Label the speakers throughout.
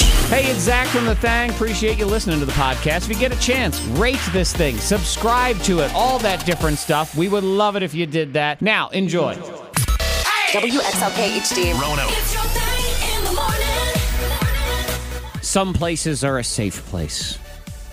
Speaker 1: Hey, it's Zach from The Thang. Appreciate you listening to the podcast. If you get a chance, rate this thing, subscribe to it, all that different stuff. We would love it if you did that. Now, enjoy.
Speaker 2: WXLK HD.
Speaker 3: It's your thing in the morning.
Speaker 1: Some places are a safe place.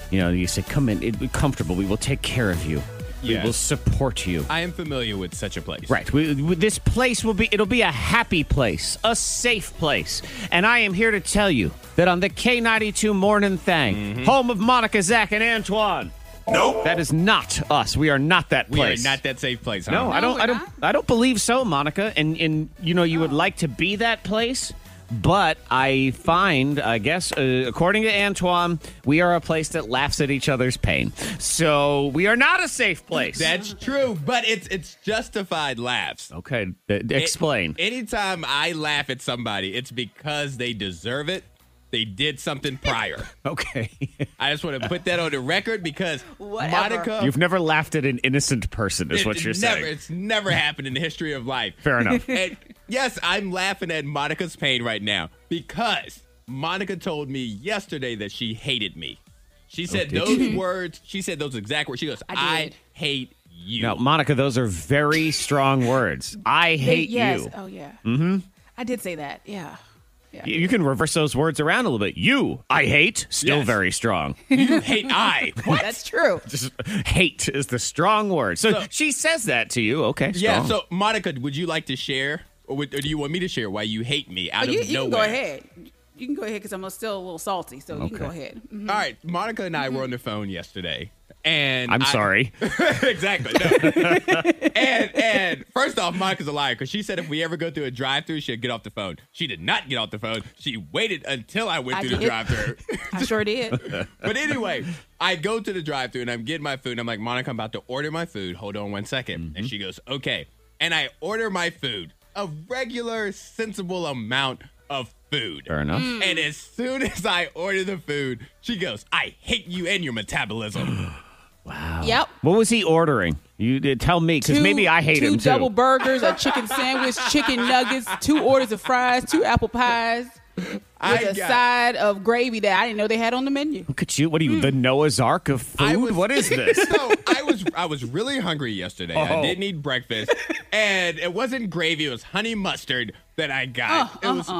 Speaker 1: You know, you say, come in, it be comfortable. We will take care of you.
Speaker 4: Yes.
Speaker 1: We will support you.
Speaker 4: I am familiar with such a place.
Speaker 1: Right. We, we- this place will be, it'll be a happy place, a safe place. And I am here to tell you that on the K92 Morning Thang, home of Monica, Zach, and Antoine. Mm-hmm. Nope. That is not us. We are not that
Speaker 4: We
Speaker 1: place.
Speaker 4: are not that safe place. Huh?
Speaker 1: No, I don't.
Speaker 5: we're
Speaker 1: I don't.
Speaker 5: not?
Speaker 1: I don't believe so, Monica. And and you know, you would like to be that place, but I find, I guess, uh, according to Antoine, we are a place that laughs at each other's pain. So we are not a safe place.
Speaker 4: That's true, but it's it's justified laughs.
Speaker 1: okay. th- Oh, explain.
Speaker 4: A- anytime I laugh at somebody, it's because they deserve it. They did something prior.
Speaker 1: okay.
Speaker 4: I just want to put that on the record because
Speaker 5: Whatever.
Speaker 4: Monica
Speaker 1: You've never laughed at an innocent person, is
Speaker 4: it-
Speaker 1: what you're
Speaker 4: it's never,
Speaker 1: saying.
Speaker 4: It's never happened in the history of life.
Speaker 1: Fair enough.
Speaker 4: And yes, I'm laughing at Monica's pain right now because Monica told me yesterday that she hated me. She said
Speaker 1: did
Speaker 4: those words. She said those exact words. She goes,
Speaker 5: I
Speaker 4: "I,
Speaker 5: did.
Speaker 4: hate you."
Speaker 1: Now, Monica, those are very strong words. I hate
Speaker 5: yes.
Speaker 1: you.
Speaker 5: Oh yeah. Mm-hmm. I did say that. Yeah.
Speaker 1: You you can reverse those words around a little bit. You, I hate, still
Speaker 4: Yes.
Speaker 1: very strong.
Speaker 4: you hate I. What?
Speaker 5: That's true.
Speaker 1: Just- hate is the strong word. So, she says that to you. Okay.
Speaker 4: Yeah.
Speaker 1: strong.
Speaker 4: So, Monica, would you like to share, or, would, or do you want me to share why you hate me out
Speaker 5: Oh, you
Speaker 4: of
Speaker 5: you can
Speaker 4: nowhere?
Speaker 5: go ahead. You can go ahead because I'm still a little salty, so you can go
Speaker 1: Okay.
Speaker 5: ahead. Mhm.
Speaker 4: All right, Monica and I
Speaker 5: Mm-hmm.
Speaker 4: were on the phone yesterday, and
Speaker 1: I'm
Speaker 4: I-
Speaker 1: sorry.
Speaker 4: exactly. No. and and first off, Monica's a liar because she said if we ever go through a drive-through, she'd get off the phone. She did not get off the phone. She waited until I went
Speaker 5: I
Speaker 4: through the
Speaker 5: did.
Speaker 4: drive-through.
Speaker 5: I sure did.
Speaker 4: but anyway, I go to the drive-through and I'm getting my food. And I'm like, Monica, I'm about to order my food. Hold on one second.
Speaker 1: Mm-hmm.
Speaker 4: And she goes, okay. And I order my food, a regular, sensible amount of food.
Speaker 1: Fair enough.
Speaker 4: And as soon as I order the food, she goes, I hate you and your metabolism.
Speaker 1: Wow.
Speaker 5: Yep.
Speaker 1: What was he ordering? You uh, tell me, because
Speaker 5: Two-
Speaker 1: Oh. maybe I hate him
Speaker 5: two
Speaker 1: too.
Speaker 5: double burgers, a chicken sandwich, chicken nuggets, two orders of fries, two apple pies, with
Speaker 4: I
Speaker 5: a
Speaker 4: got-
Speaker 5: side of gravy that I didn't know they had on the menu.
Speaker 1: Look at you. What are you, the Noah's Ark of
Speaker 4: Hmm. I
Speaker 1: food?
Speaker 4: was-
Speaker 1: what is this?
Speaker 4: so I was I was really hungry yesterday.
Speaker 1: Oh.
Speaker 4: I didn't eat breakfast, and it wasn't gravy. It was honey mustard that I got. it was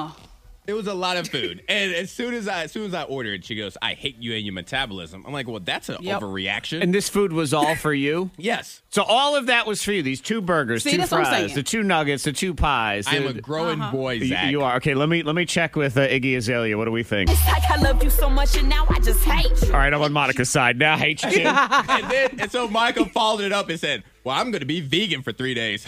Speaker 4: it was a lot of food. And as soon as I as soon as I ordered, she goes, "I hate you and your metabolism." I'm like, "Well, that's an
Speaker 5: Yep.
Speaker 4: overreaction."
Speaker 1: and this food was all for you?
Speaker 4: yes,
Speaker 1: So all of that was for you. These two burgers,
Speaker 5: See,
Speaker 1: two
Speaker 5: that's what I'm
Speaker 1: fries,
Speaker 5: saying.
Speaker 1: the two nuggets, the two pies.
Speaker 4: I'm a
Speaker 1: the-
Speaker 4: growing boy,
Speaker 1: you,
Speaker 4: Zach.
Speaker 1: you are. Okay, let me let me check with uh, Iggy Azalea. What do we think?
Speaker 3: It's like I loved you so much and now I just hate you.
Speaker 1: All right, I'm on Monica's side. Now I hate you too.
Speaker 4: and then and so Michael followed it up and said, "Well, I'm going to be vegan for three days."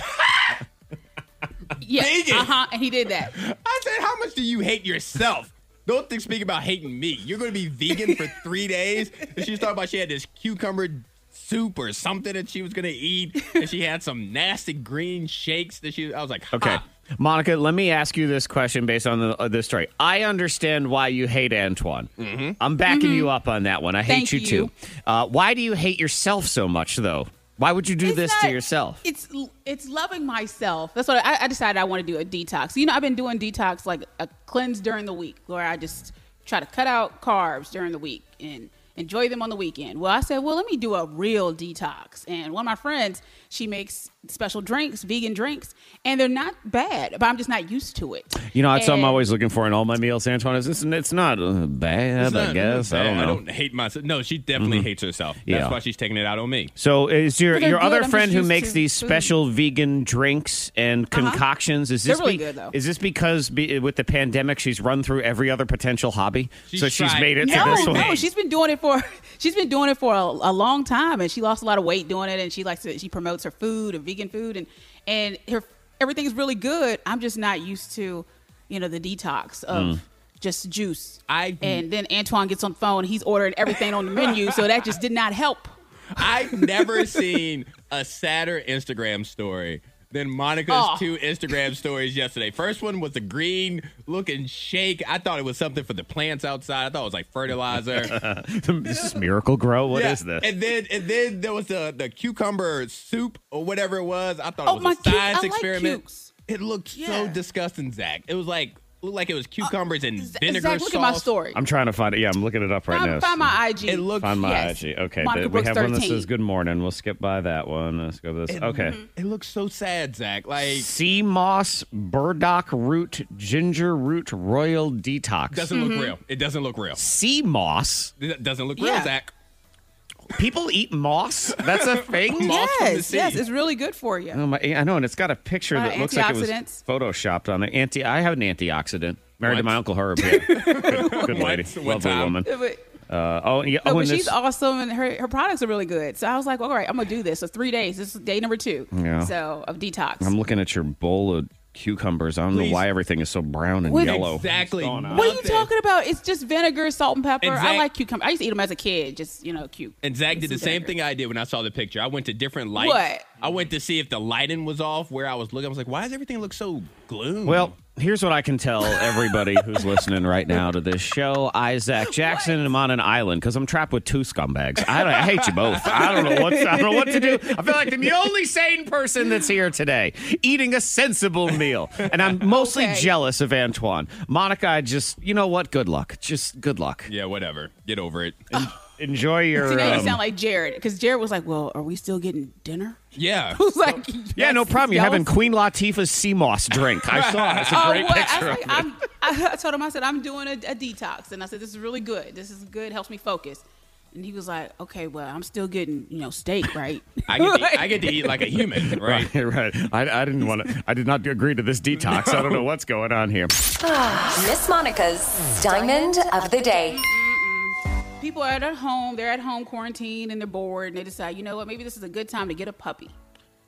Speaker 5: Yes.
Speaker 4: Vegan.
Speaker 5: Uh huh. And he did that.
Speaker 4: I said, "How much do you hate yourself?" Don't think, speak about hating me. You're going to be vegan for three days. And she was talking about she had this cucumber soup or something that she was going to eat, and she had some nasty green shakes that she. I was like,
Speaker 1: Okay.
Speaker 4: "Ha."
Speaker 1: Monica, let me ask you this question based on the, uh, this story. I understand why you hate Antoine.
Speaker 4: Mm-hmm.
Speaker 1: I'm backing you up on that one. I hate
Speaker 5: Mm-hmm. Thank
Speaker 1: you,
Speaker 5: you.
Speaker 1: too. Uh, why do you hate yourself so much, though? Why would you do
Speaker 5: It's
Speaker 1: this to
Speaker 5: not-
Speaker 1: yourself?
Speaker 5: It's it's loving myself. That's what I, I decided. I want to do a detox. You know, I've been doing detox like a cleanse during the week, where I just try to cut out carbs during the week and enjoy them on the weekend. Well, I said, well, let me do a real detox. And one of my friends, she makes special drinks, vegan drinks, and they're not bad, but I'm just not used to it.
Speaker 1: You know, that's something I'm
Speaker 5: And-
Speaker 1: always looking for in all my meals, Antoine. Is it's, it's not uh, bad,
Speaker 4: It's
Speaker 1: I
Speaker 4: not-
Speaker 1: guess. I don't know. Mm-hmm.
Speaker 4: I don't hate myself. No, she definitely hates herself. That's
Speaker 1: Yeah.
Speaker 4: why she's taking it out on me.
Speaker 1: So, is your
Speaker 5: They're
Speaker 1: your
Speaker 5: good.
Speaker 1: other
Speaker 5: I'm just
Speaker 1: friend who
Speaker 5: used
Speaker 1: makes
Speaker 5: to
Speaker 1: these
Speaker 5: food. Uh-huh.
Speaker 1: special vegan drinks and concoctions is
Speaker 5: They're
Speaker 1: this
Speaker 5: really
Speaker 1: be-
Speaker 5: good, though.
Speaker 1: is this because be, with the pandemic she's run through every other potential hobby,
Speaker 4: She's
Speaker 1: so she's
Speaker 4: tried
Speaker 1: made it to
Speaker 5: No,
Speaker 1: this one?
Speaker 5: no, she's been doing it for she's been doing it for a, a long time, and she lost a lot of weight doing it. And she likes to she promotes her food and vegan food, and and her everything's really good. I'm just not used to, you know, the detox
Speaker 1: Mm.
Speaker 5: of just juice.
Speaker 4: I-
Speaker 5: and then Antoine gets on the phone. He's ordering everything on the menu, so that just did not help.
Speaker 4: I've never seen a sadder Instagram story than Monica's
Speaker 5: Aw.
Speaker 4: two Instagram stories yesterday. First one was the green looking shake. I thought it was something for the plants outside. I thought it was like fertilizer.
Speaker 1: this is Miracle Grow. What
Speaker 4: Yeah,
Speaker 1: is this?
Speaker 4: And then and then there was the the cucumber soup or whatever it was. I thought
Speaker 5: Oh,
Speaker 4: it was
Speaker 5: my
Speaker 4: a
Speaker 5: cu- I
Speaker 4: science
Speaker 5: like
Speaker 4: experiment.
Speaker 5: cukes.
Speaker 4: It looked so
Speaker 5: Yeah. Uh,
Speaker 4: disgusting, Zach. It was like Looked like it was cucumbers and
Speaker 5: Z-
Speaker 4: vinegar
Speaker 5: Zach, look
Speaker 4: sauce.
Speaker 5: at my story.
Speaker 1: I'm trying to find it. Yeah, I'm looking it up right
Speaker 5: find,
Speaker 1: now.
Speaker 5: find my IG.
Speaker 4: It looked-
Speaker 1: Find my
Speaker 5: Yes.
Speaker 1: IG. Okay,
Speaker 5: Monica
Speaker 1: th- we
Speaker 5: Brooks
Speaker 1: have one that
Speaker 5: 13.
Speaker 1: says "Good morning." We'll skip by that one. Let's go with this. Okay.
Speaker 5: mm-hmm.
Speaker 4: It looks so sad, Zach. Like
Speaker 1: Sea moss, burdock root, ginger root, royal detox.
Speaker 4: doesn't
Speaker 5: Mm-hmm.
Speaker 4: look real. It doesn't look real.
Speaker 1: sea moss.
Speaker 4: It doesn't look real,
Speaker 5: Yeah.
Speaker 4: Zach.
Speaker 1: People eat moss. That's a thing.
Speaker 4: Moss from the
Speaker 5: Yes,
Speaker 4: sea.
Speaker 5: yes, it's really good for you.
Speaker 1: Oh my, I know, and it's got a picture
Speaker 5: Uh,
Speaker 1: that looks like it was
Speaker 5: antioxidants.
Speaker 1: photoshopped on there. Anti, I have an antioxidant. Married to
Speaker 4: What?
Speaker 1: my uncle Herb. Yeah. Good, good lady,
Speaker 4: What? What
Speaker 1: lovely
Speaker 4: time?
Speaker 1: woman.
Speaker 5: Uh, but-
Speaker 1: Uh, oh, and yeah,
Speaker 5: no,
Speaker 1: oh,
Speaker 5: but
Speaker 1: and
Speaker 5: she's
Speaker 1: this,
Speaker 5: awesome, and her, her products are really good. So I was like, well, all right, I'm gonna do this. So three days. This is day number two.
Speaker 1: Yeah.
Speaker 5: So of detox.
Speaker 1: I'm looking at your bowl of cucumbers. I don't know
Speaker 4: Please.
Speaker 1: why everything is so brown and
Speaker 5: Wait,
Speaker 1: yellow.
Speaker 4: Exactly.
Speaker 1: What's going on?
Speaker 5: what are you
Speaker 4: nothing.
Speaker 5: talking about? It's just vinegar, salt, and pepper.
Speaker 4: And
Speaker 5: I
Speaker 4: Zach-
Speaker 5: like cucumber. I used to eat them as a kid, just you know, cute.
Speaker 4: And Zach
Speaker 5: With
Speaker 4: did the
Speaker 5: some
Speaker 4: same
Speaker 5: vinegar.
Speaker 4: thing I did when I saw the picture. I went to different lights.
Speaker 5: What?
Speaker 4: I went to see if the lighting was off where I was looking. I was like, why does everything look so gloom?
Speaker 1: Well, here's what I can tell everybody who's listening right now to this show. I, Zach Jackson, am on an island because I'm trapped with two scumbags. I, don't, I hate you both. I don't know what I don't know what to do. I feel like I'm the only sane person that's here today, eating a sensible meal, and I'm mostly
Speaker 5: Okay.
Speaker 1: jealous of Antoine. Monica, I just you know what? Good luck. Just good luck.
Speaker 4: yeah, whatever. Get over it.
Speaker 1: Enjoy your.
Speaker 5: See, now you
Speaker 1: um,
Speaker 5: sound like Jared because Jared was like, "Well, are we still getting dinner?"
Speaker 4: yeah.
Speaker 5: I was like,
Speaker 1: yeah,
Speaker 5: "Yes,
Speaker 1: no problem. You're
Speaker 5: y'all
Speaker 1: having Queen Latifah's sea moss drink. I saw it. It's a
Speaker 5: Oh,
Speaker 1: great
Speaker 5: what?
Speaker 1: picture.
Speaker 5: I,
Speaker 1: of
Speaker 5: was like, I'm, I I told him, I said, I'm doing a, a detox. And I said, this is really good. This is good. Helps me focus. And he was like, okay, well, I'm still getting, you know, steak, right?
Speaker 4: I get, to, I get to eat like a human, right?
Speaker 1: Right, right. I, I didn't want to. I did not agree to this detox. I don't know what's going on here.
Speaker 2: Miss Monica's Diamond of the Day.
Speaker 5: People are at home. They're at home quarantined and they're bored. And they decide, you know what? Maybe this is a good time to get a puppy,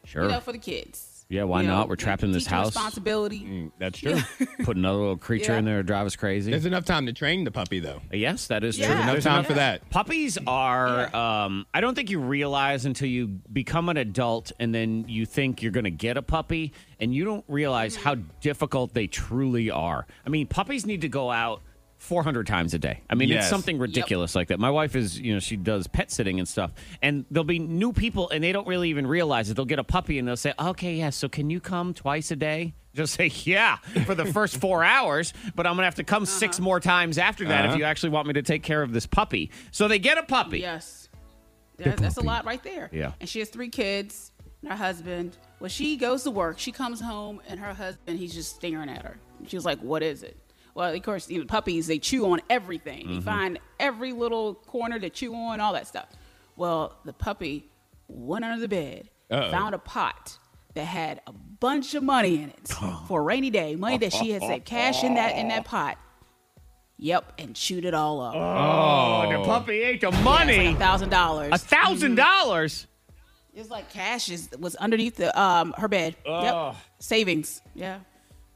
Speaker 1: Sure.
Speaker 5: you know, for the kids.
Speaker 1: Yeah, why
Speaker 5: You
Speaker 1: not? We're trapped in this
Speaker 5: teacher
Speaker 1: house. Mm,
Speaker 5: Responsibility.
Speaker 4: That's true.
Speaker 1: Put another little creature
Speaker 5: Yeah.
Speaker 1: in there to drive us crazy.
Speaker 4: There's enough time to train the puppy, though.
Speaker 1: yes, that is
Speaker 5: Yeah.
Speaker 1: true.
Speaker 5: There's enough
Speaker 1: There's
Speaker 4: time for that.
Speaker 1: Puppies are. Um, I don't think you realize until you become an adult, and then you think you're going to get a puppy, and you don't realize
Speaker 5: Mm-hmm.
Speaker 1: how difficult they truly are. I mean, puppies need to go out. 400 times a day. I mean, it's
Speaker 4: Yes.
Speaker 1: something ridiculous like that. My wife is, you know, she does pet sitting and stuff, and there'll be new people, and they don't really even realize it. They'll get a puppy, and they'll say, "Okay, yeah, so can you come twice a day?" Just say, "Yeah," for the first four hours, but I'm gonna have to come six
Speaker 5: Uh-huh.
Speaker 1: more times after that if you actually want me to take care of this puppy. So they get a puppy.
Speaker 5: Yes. That- that's a lot right there.
Speaker 1: Yeah.
Speaker 5: And she has three kids and her husband. Well, she goes to work. She comes home and her husband, he's just staring at her. She was like, What is it? Well, of course, you know, puppies, they chew on everything.
Speaker 1: Mm-hmm.
Speaker 5: They find every little corner to chew on, all that stuff. Well, the puppy went under the bed, found a pot that had a bunch of money in it for a rainy day, money that she had saved cash in that in that pot. Yep, and chewed it all up.
Speaker 1: Oh, the puppy ate the money.
Speaker 5: Thousand dollars.
Speaker 1: A thousand dollars.
Speaker 5: It's like cash is was underneath the um her bed. Yep. Savings. Yeah.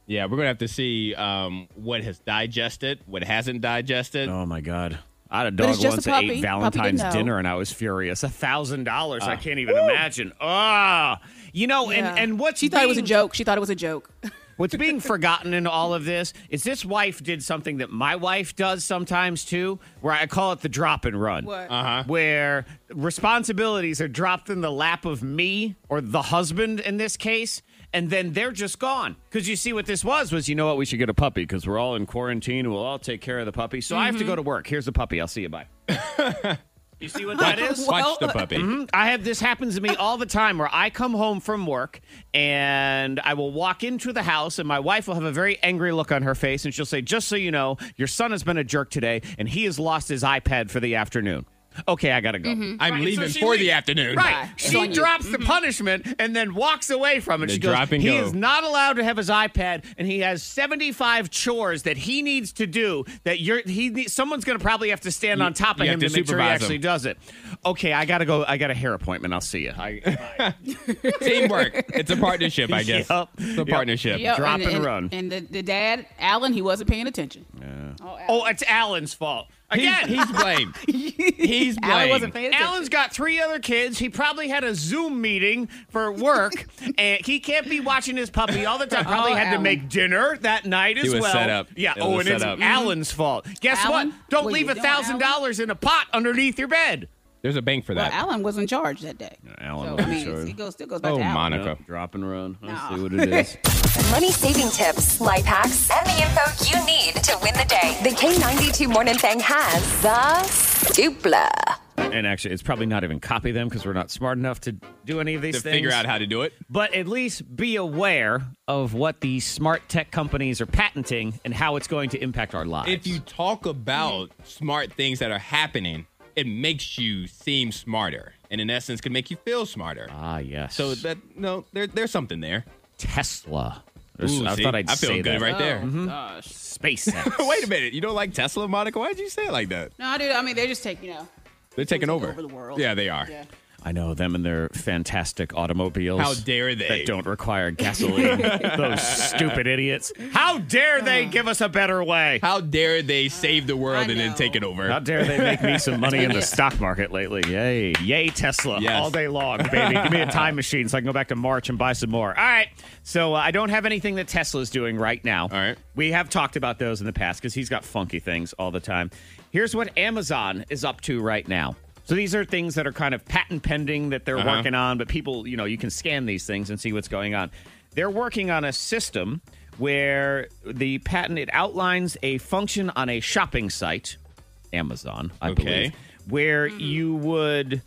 Speaker 4: Yeah, we're gonna have to see um, what has digested, what hasn't digested.
Speaker 1: Oh my god. I had a
Speaker 5: it's
Speaker 1: dog
Speaker 5: just a
Speaker 1: once that
Speaker 5: puppy.
Speaker 1: ate
Speaker 5: Puppy
Speaker 1: Valentine's
Speaker 5: didn't know. Ah.
Speaker 1: dinner and I was furious. A thousand dollars. I can't even imagine. Ah, you know,
Speaker 5: Yeah.
Speaker 1: and and what's
Speaker 5: she thought it was a
Speaker 1: being-
Speaker 5: joke. She thought it was a joke.
Speaker 1: What's being forgotten in all of this is this wife did something that my wife does sometimes too, where I call it the drop and run.
Speaker 5: What?
Speaker 1: Uh-huh. Where responsibilities are dropped in the lap of me or the husband in this case. And then they're just gone because you see what this was was you know what we should get a puppy because we're all in quarantine and we'll all take care of the puppy so I have to go to work here's the puppy I'll see you bye Mm-hmm. you see what that is
Speaker 5: well- uh, mm-hmm.
Speaker 4: Watch the puppy.
Speaker 1: I have this happens to me all the time where I come home from work and I will walk into the house and my wife will have a very angry look on her face and she'll say, Just so you know, your son has been a jerk today and he has lost his iPad for the afternoon. Okay, I gotta go.
Speaker 4: I'm
Speaker 1: Mm-hmm. Right, so
Speaker 4: leaving
Speaker 1: she
Speaker 4: for
Speaker 1: leaves.
Speaker 4: the afternoon.
Speaker 1: Right.
Speaker 5: Bye. It's
Speaker 1: She
Speaker 5: on you.
Speaker 1: drops the punishment and then walks away from it.
Speaker 4: The
Speaker 1: she goes,
Speaker 4: drop and
Speaker 1: he
Speaker 4: go."
Speaker 1: is not allowed to have his iPad, and he has 75 chores that he needs to do that you're he ne- someone's going to probably have to stand
Speaker 4: You-
Speaker 1: on top of
Speaker 4: you
Speaker 1: him to,
Speaker 4: have to
Speaker 1: make sure he
Speaker 4: supervise
Speaker 1: actually
Speaker 4: him.
Speaker 1: does it. Okay, I got to go. I got a hair appointment. I'll see you. I,
Speaker 4: Teamwork. It's a partnership, I guess.
Speaker 1: Yup.
Speaker 4: It's a
Speaker 1: Yup.
Speaker 4: partnership.
Speaker 5: Yep,
Speaker 1: Drop and run.
Speaker 5: And the, the dad, Alan, he wasn't paying attention.
Speaker 1: oh, it's Alan's fault.
Speaker 4: He's,
Speaker 1: Again,
Speaker 4: he's blamed. He's blamed.
Speaker 5: Alan wasn't paying attention.
Speaker 1: Alan's got three other kids. He probably had a Zoom meeting for work, and he can't be watching his puppy all the time. Probably
Speaker 5: Oh,
Speaker 1: had to
Speaker 5: Alan. Mm-hmm.
Speaker 1: make dinner that night as
Speaker 4: was
Speaker 1: well.
Speaker 4: set up.
Speaker 1: Yeah.
Speaker 4: It
Speaker 1: oh,
Speaker 4: was
Speaker 1: and
Speaker 4: set
Speaker 1: it's
Speaker 4: up.
Speaker 1: Alan's fault. Guess
Speaker 5: Alan,
Speaker 1: what? Don't
Speaker 5: what are
Speaker 1: leave
Speaker 5: you
Speaker 1: a
Speaker 5: doing,
Speaker 1: thousand
Speaker 5: Alan?
Speaker 1: dollars in a pot underneath your bed.
Speaker 4: There's a bank for
Speaker 5: Well,
Speaker 4: that.
Speaker 5: Alan was in charge that day.
Speaker 1: Alan
Speaker 5: so,
Speaker 1: was
Speaker 5: I
Speaker 1: in
Speaker 5: mean, it's-
Speaker 1: charge.
Speaker 5: It goes, still goes back
Speaker 4: oh,
Speaker 5: to Alan.
Speaker 4: Monica.
Speaker 1: Yep, drop and run. Let's
Speaker 5: No.
Speaker 1: see what it is.
Speaker 2: Money saving tips, life hacks, and the info you need to win the day. The K92 Morning Thing has the dupla.
Speaker 1: and actually, it's probably not even copy them because we're not smart enough to do any of these
Speaker 4: To
Speaker 1: things.
Speaker 4: figure out how to do it.
Speaker 1: but at least be aware of what these smart tech companies are patenting and how it's going to impact our lives.
Speaker 4: If you talk about smart things that are happening, it makes you seem smarter, and in essence, can make you feel smarter.
Speaker 1: ah yes,
Speaker 4: so that no, there, there's something there.
Speaker 1: Tesla.
Speaker 4: Ooh,
Speaker 1: I
Speaker 4: see?
Speaker 1: thought I'd
Speaker 4: I feel
Speaker 1: say that.
Speaker 4: good
Speaker 1: Oh.
Speaker 4: right there.
Speaker 5: Gosh.
Speaker 1: SpaceX.
Speaker 4: Wait a minute, you don't like Tesla, Monica? Why'd you say it like that?
Speaker 5: No, dude. I mean, they just take you know.
Speaker 4: They're taking
Speaker 5: Taking
Speaker 4: over.
Speaker 5: over the world.
Speaker 4: Yeah, they are.
Speaker 5: Yeah.
Speaker 1: I know them and their fantastic automobiles.
Speaker 4: How dare they?
Speaker 1: That don't require gasoline. Those stupid idiots. How dare they give us a better way?
Speaker 4: How dare they save the world
Speaker 5: Ah, I
Speaker 4: and then
Speaker 5: know.
Speaker 4: take it over?
Speaker 1: How dare they make me some money in the stock market lately? Yay. Yay, Tesla.
Speaker 4: Yes.
Speaker 1: All day long, baby. Give me a time machine so I can go back to March and buy some more. All right. So uh, I don't have anything that Tesla's doing right now. All
Speaker 4: right.
Speaker 1: We have talked about those in the past because he's got funky things all the time. Here's what Amazon is up to right now. So these are things that are kind of patent pending that they're
Speaker 4: Uh-huh.
Speaker 1: working on, but people, you know, you can scan these things and see what's going on. They're working on a system where the patent it outlines a function on a shopping site, Amazon, I
Speaker 4: Okay.
Speaker 1: believe, where you would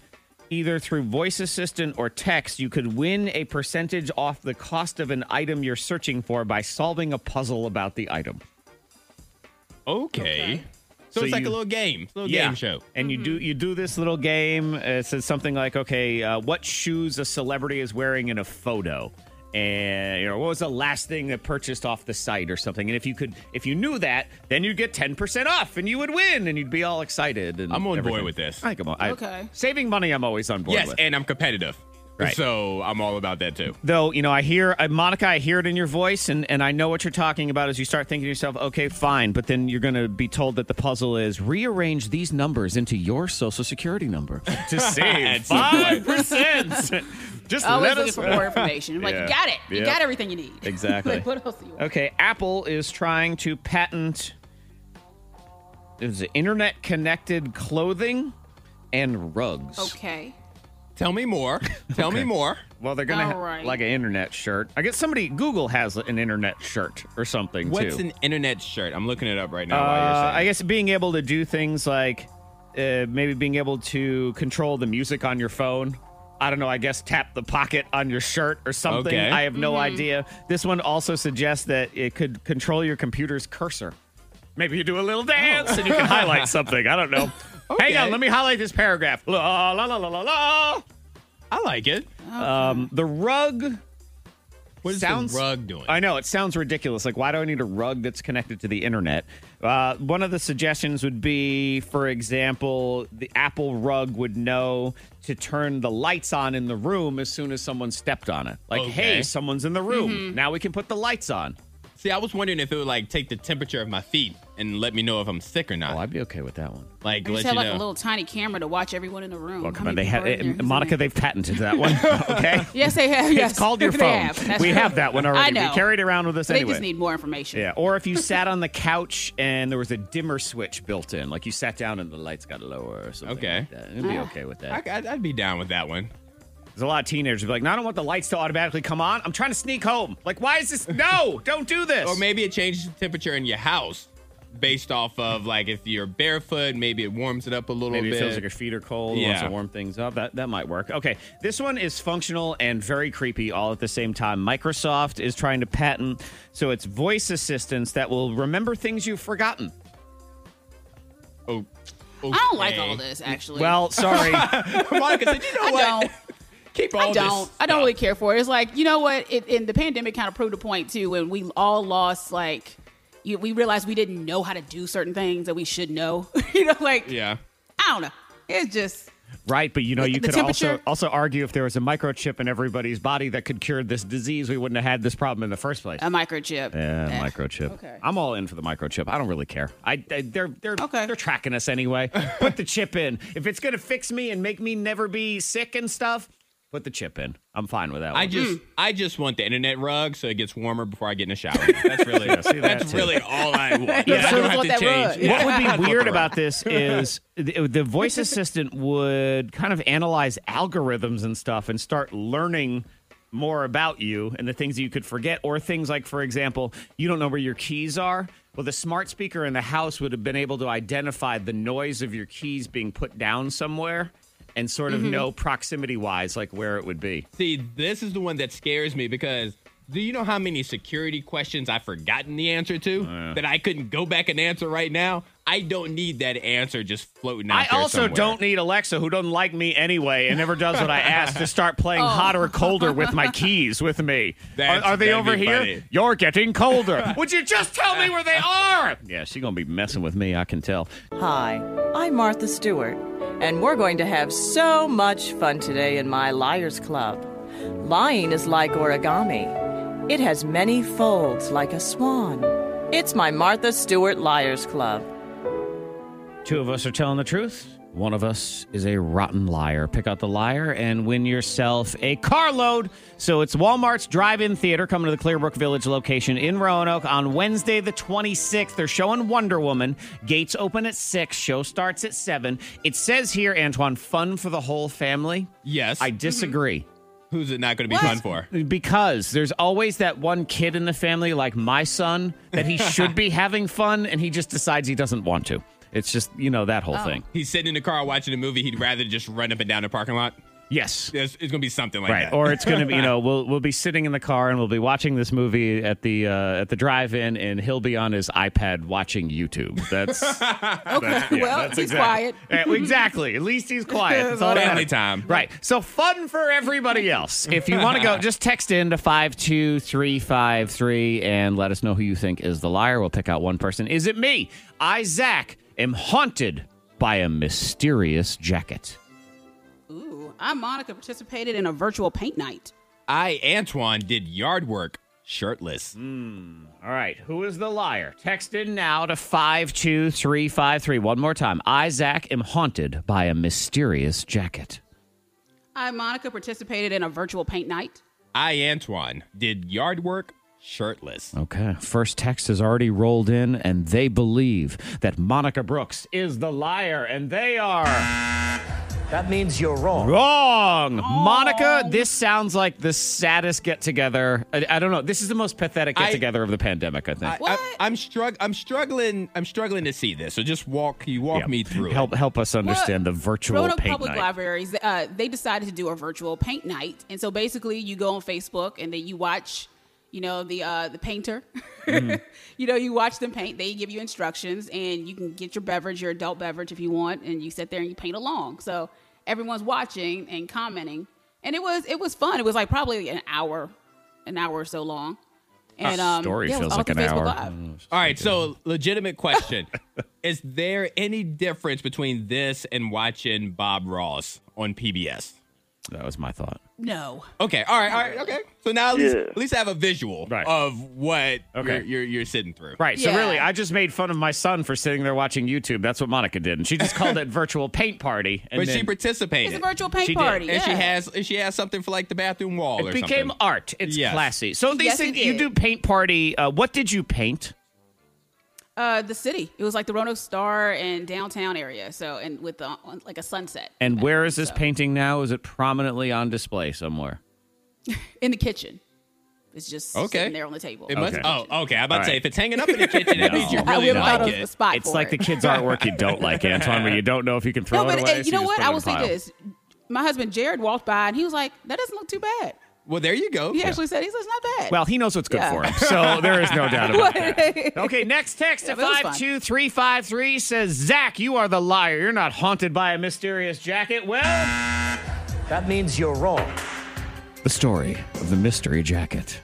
Speaker 1: either through voice assistant or text, you could win a percentage off the cost of an item you're searching for by solving a puzzle about the item.
Speaker 4: Okay. So,
Speaker 1: So
Speaker 4: it's like
Speaker 1: you-
Speaker 4: a little game, it's a little game show.
Speaker 1: And you do you do this little game. uh, It says something like, okay, uh, what shoes a celebrity is wearing in a photo. And or what was the last thing that purchased off the site or something? And if you could, if you knew that, then you'd get ten percent off, and you would win, and you'd be all excited. And
Speaker 4: I'm on board
Speaker 1: everything.
Speaker 4: with this.
Speaker 1: I think I'm on, I-
Speaker 5: Okay.
Speaker 1: Saving money, I'm always on board.
Speaker 4: Yes,
Speaker 1: with.
Speaker 4: and I'm competitive.
Speaker 1: Right.
Speaker 4: So I'm all about that too.
Speaker 1: though you know i hear uh, monica i hear it in your voice and, and i know what you're talking about as you start thinking to yourself okay fine but then you're going to be told that the puzzle is rearrange these numbers into your social security number to save 5% just
Speaker 5: Always
Speaker 1: let
Speaker 5: looking
Speaker 1: us
Speaker 5: for more information. I'm like,
Speaker 1: Yeah.
Speaker 5: you got it. You
Speaker 1: Yep.
Speaker 5: got everything you need.
Speaker 1: Exactly.
Speaker 5: like, what else do you want?
Speaker 1: okay apple is trying to patent there's internet connected clothing and rugs
Speaker 5: Okay.
Speaker 4: Tell me more. Tell me more.
Speaker 1: well they're gonna
Speaker 5: All
Speaker 1: have
Speaker 5: right.
Speaker 1: like an internet shirt i guess somebody google has an internet shirt or something
Speaker 4: What's
Speaker 1: too
Speaker 4: an internet shirt? I'm looking it up right now. while you're
Speaker 1: Uh,
Speaker 4: saying
Speaker 1: I
Speaker 4: it.
Speaker 1: guess being able to do things like uh, maybe being able to control the music on your phone. I don't know. I guess tap the pocket on your shirt or something.
Speaker 4: Okay.
Speaker 1: I have no idea. This one also suggests that it could control your computer's cursor. Maybe you do a little dance and you can highlight something. I don't know.
Speaker 4: Oh. Okay.
Speaker 1: Hang on, let me highlight this paragraph. La la la la la la.
Speaker 4: I like it.
Speaker 1: The rug
Speaker 4: What is
Speaker 1: sounds-
Speaker 4: the rug doing?
Speaker 1: I know it sounds ridiculous. Like, why do I need a rug that's connected to the internet? Uh, one of the suggestions would be, for example, the Apple rug would know to turn the lights on in the room as soon as someone stepped on it. Like,
Speaker 4: Okay.
Speaker 1: hey, someone's in the room.
Speaker 5: Mm-hmm.
Speaker 1: Now we can put the lights on.
Speaker 4: See, I was wondering if it would like take the temperature of my feet and let me know if I'm sick or not.
Speaker 1: Oh, I'd be okay with that one.
Speaker 4: like,
Speaker 5: You
Speaker 4: let
Speaker 5: just
Speaker 4: you
Speaker 5: had like
Speaker 4: know.
Speaker 5: a little tiny camera to watch everyone in the room.
Speaker 1: Well, come
Speaker 5: How
Speaker 1: on,
Speaker 5: many
Speaker 1: they had
Speaker 5: people are in
Speaker 1: it,
Speaker 5: there?
Speaker 1: Monica. They've patented that one. Okay.
Speaker 5: Yes, they have. Yes,
Speaker 1: It's called your
Speaker 5: they
Speaker 1: phone.
Speaker 5: have. That's
Speaker 1: We
Speaker 5: true.
Speaker 1: have that one already.
Speaker 5: I know.
Speaker 1: We carry it around with us
Speaker 5: So
Speaker 1: anyway.
Speaker 5: They just need more information.
Speaker 1: Yeah, or if you sat on the couch and there was a dimmer switch built in, like you sat down and the lights got lower or something.
Speaker 4: Okay.
Speaker 1: like that. it'd be Ah, okay with
Speaker 4: I,
Speaker 1: that.
Speaker 4: I'd, I'd be down with that one.
Speaker 1: There's a lot of teenagers who'd be like, "No, I don't want the lights to automatically come on. I'm trying to sneak home. Like, why is this? No, don't do this."
Speaker 4: Or maybe it changes the temperature in your house based off of like if you're barefoot, maybe it warms it up a little
Speaker 1: Maybe
Speaker 4: bit.
Speaker 1: it feels like your feet are cold. Yeah. Wants to
Speaker 4: Yeah.
Speaker 1: warm things up. That that might work. Okay, this one is functional and very creepy all at the same time. Microsoft is trying to patent so it's voice assistants that will remember things you've forgotten.
Speaker 4: oh,
Speaker 5: I don't like
Speaker 4: okay.
Speaker 5: all this actually.
Speaker 1: Well, sorry.
Speaker 4: Monica said, you know
Speaker 5: I
Speaker 4: what?
Speaker 5: don't.
Speaker 4: Keep all
Speaker 5: I don't.
Speaker 4: this.
Speaker 5: I don't really care for it. It's like you know what? It, and the pandemic kind of proved a point too, when we all lost like. You, we realized we didn't know how to do certain things that we should know. you know, like
Speaker 4: Yeah.
Speaker 5: I don't know. It's just
Speaker 1: Right, but you know, you
Speaker 5: The
Speaker 1: could also
Speaker 5: temperature-
Speaker 1: also argue if there was a microchip in everybody's body that could cure this disease, we wouldn't have had this problem in the first place.
Speaker 5: a microchip. Um, Eh.
Speaker 1: yeah, microchip.
Speaker 5: okay.
Speaker 1: I'm all in for the microchip. I don't really care. I, I- they're they're
Speaker 5: Okay.
Speaker 1: they're tracking us anyway. Put the chip in. If it's going to fix me and make me never be sick and stuff, Put the chip in. I'm fine with that.
Speaker 4: I
Speaker 1: one.
Speaker 4: just I just want the internet rug so it gets warmer before I get in the shower. That's really
Speaker 1: see that
Speaker 4: that's
Speaker 1: too.
Speaker 4: really all I want. Yeah, I don't
Speaker 5: So you
Speaker 4: have
Speaker 5: want
Speaker 4: to
Speaker 5: that
Speaker 4: change.
Speaker 5: rug.
Speaker 4: Yeah.
Speaker 1: what
Speaker 4: I
Speaker 1: would
Speaker 4: want
Speaker 1: be
Speaker 4: the
Speaker 1: weird
Speaker 4: rug.
Speaker 1: about this is the, the voice assistant would kind of analyze algorithms and stuff and start learning more about you and the things that you could forget or things like for example you don't know where your keys are well the smart speaker in the house would have been able to identify the noise of your keys being put down somewhere and sort of know proximity wise like where it would be
Speaker 4: See, this is the one that scares me because do you know how many security questions I've forgotten the answer to
Speaker 1: Oh,
Speaker 4: that I couldn't go back and answer right now? I don't need that answer just floating out
Speaker 1: I
Speaker 4: there
Speaker 1: also
Speaker 4: somewhere.
Speaker 1: don't need Alexa, who doesn't like me anyway and never does what I ask, to start playing hot or colder with my keys with me. Are,
Speaker 4: That's-
Speaker 1: are they
Speaker 4: that'd
Speaker 1: over
Speaker 4: be
Speaker 1: here?
Speaker 4: funny.
Speaker 1: You're getting colder. Would you just tell me where they are? Yeah, she's going to be messing with me, I can tell.
Speaker 6: Hi, I'm Martha Stewart, and we're going to have so much fun today in my Liars Club. Lying is like origami, it has many folds like a swan. It's my Martha Stewart Liars Club.
Speaker 1: Two of us are telling the truth. One of us is a rotten liar. Pick out the liar and win yourself a carload. So it's Walmart's Drive In Theater coming to the Clearbrook Village location in Roanoke on Wednesday, the 26th. They're showing Wonder Woman. Gates open at 6, show starts at 7. It says here, Antoine, fun for the whole family.
Speaker 4: Yes.
Speaker 1: I disagree
Speaker 4: Who's it not going to be fun for?
Speaker 1: because there's always that one kid in the family like my son that he should be having fun and he just decides he doesn't want to it's just you know that whole thing
Speaker 4: He's sitting in the car watching a movie. He'd rather just run up and down the parking lot.
Speaker 1: yes
Speaker 4: There's, it's going to be something like
Speaker 1: right
Speaker 4: that.
Speaker 1: or it's gonna be you know we'll we'll be sitting in the car and we'll be watching this movie at the uh, at the drive-in and he'll be on his ipad watching youtube that's
Speaker 5: Okay, well, he's quiet.
Speaker 1: Yeah, exactly. At least he's quiet. That's all that
Speaker 4: Family
Speaker 1: matters.
Speaker 4: time.
Speaker 1: Right. So fun for everybody else. If you want to go, just text in to 52353 and let us know who you think is the liar. We'll pick out one person. Is it me? I, Zach, am haunted by a mysterious jacket.
Speaker 5: Ooh, I, Monica, participated in a virtual paint night.
Speaker 4: I, Antoine, did yard work
Speaker 1: Mm.
Speaker 4: shirtless.
Speaker 1: All right. Who is the liar? Text in now to 52353. One more time. I, Zach, am haunted by a mysterious jacket.
Speaker 5: I, Monica, participated in a virtual paint night.
Speaker 4: I, Antoine, did yard work shirtless.
Speaker 1: Okay. First text has already rolled in, and they believe that Monica Brooks is the liar, and they are
Speaker 7: That means you're wrong.
Speaker 1: wrong. Monica, this sounds like the saddest get together. I, I don't know. This is the most pathetic
Speaker 4: I-
Speaker 1: get together of the pandemic, I think.
Speaker 5: What?
Speaker 4: I, am strugg- I'm struggling. I'm struggling to see this. So just walk. You walk
Speaker 1: Yeah.
Speaker 4: me through. it.
Speaker 1: Help help us understand
Speaker 5: Well,
Speaker 1: the virtual
Speaker 5: Roanoke
Speaker 1: paint
Speaker 5: Public
Speaker 1: night.
Speaker 5: Libraries. Uh, they decided to do a virtual paint night, and so basically, you go on Facebook and then you watch, you know, the uh, the painter.
Speaker 1: Mm-hmm.
Speaker 5: you know, you watch them paint. They give you instructions, and you can get your beverage, your adult beverage, if you want, and you sit there and you paint along. So everyone's watching and commenting, and it was it was fun. It was like probably an hour, an hour or so long. And um,
Speaker 1: Story
Speaker 5: yeah, it was
Speaker 1: feels
Speaker 5: all
Speaker 1: like an
Speaker 5: through Facebook
Speaker 1: hour.
Speaker 5: Live.
Speaker 4: All right. So legitimate question: Is there any difference between this and watching Bob Ross on PBS?
Speaker 1: That was my thought.
Speaker 5: No.
Speaker 4: Okay. All right. All right. Okay. So now at least, at least I have a visual
Speaker 1: Right.
Speaker 4: of what
Speaker 1: Okay.
Speaker 4: you're, you're you're sitting through.
Speaker 1: Right. So
Speaker 5: Yeah.
Speaker 1: really, I just made fun of my son for sitting there watching YouTube. That's what Monica did, and she just called it virtual paint party. And
Speaker 4: But
Speaker 1: then-
Speaker 4: she participated.
Speaker 5: It's a virtual paint
Speaker 1: She did.
Speaker 5: party.
Speaker 4: and she
Speaker 5: yeah.
Speaker 4: has and she has something for like the bathroom wall. or
Speaker 1: It became
Speaker 4: something.
Speaker 1: art. It's
Speaker 4: Yes.
Speaker 1: classy. So they
Speaker 5: Yes,
Speaker 1: said
Speaker 5: it
Speaker 1: you
Speaker 5: did.
Speaker 1: do paint party. Uh, what did you paint?
Speaker 5: Uh, the city. It was like the Roanoke Star and downtown area. So, and with the, on, like a sunset.
Speaker 1: And where is this
Speaker 5: So-
Speaker 1: painting now? Is it prominently on display somewhere?
Speaker 5: in the kitchen. It's just
Speaker 4: Okay.
Speaker 5: sitting there on the table.
Speaker 4: It must.
Speaker 1: Okay.
Speaker 4: Oh, okay. I'm about to
Speaker 1: All
Speaker 4: say
Speaker 1: right.
Speaker 4: if it's hanging up in the kitchen, that means you
Speaker 1: No.
Speaker 5: I
Speaker 4: really
Speaker 5: would have
Speaker 4: like
Speaker 5: thought it
Speaker 4: it.
Speaker 5: was the spot.
Speaker 1: it's
Speaker 5: for
Speaker 1: like the
Speaker 5: it.
Speaker 1: kids' artwork you don't like, Antoine, where you don't know if you can throw
Speaker 5: No, but
Speaker 1: it
Speaker 5: uh,
Speaker 1: away. so
Speaker 5: you know
Speaker 1: just
Speaker 5: what?
Speaker 1: put it
Speaker 5: I
Speaker 1: in a
Speaker 5: will say
Speaker 1: pile.
Speaker 5: this. My husband Jared walked by and he was like, "That doesn't look too bad."
Speaker 4: Well, there you go.
Speaker 5: He actually said, "He said it's not bad."
Speaker 1: Well, he knows what's good
Speaker 5: Yeah.
Speaker 1: for him, so there is no doubt about that. Okay, next text to
Speaker 5: but it was fun.
Speaker 1: five two three five three says, "Zach, you are the liar. You're not haunted by a mysterious jacket." Well.
Speaker 7: That means you're wrong.
Speaker 1: The story of the mystery jacket.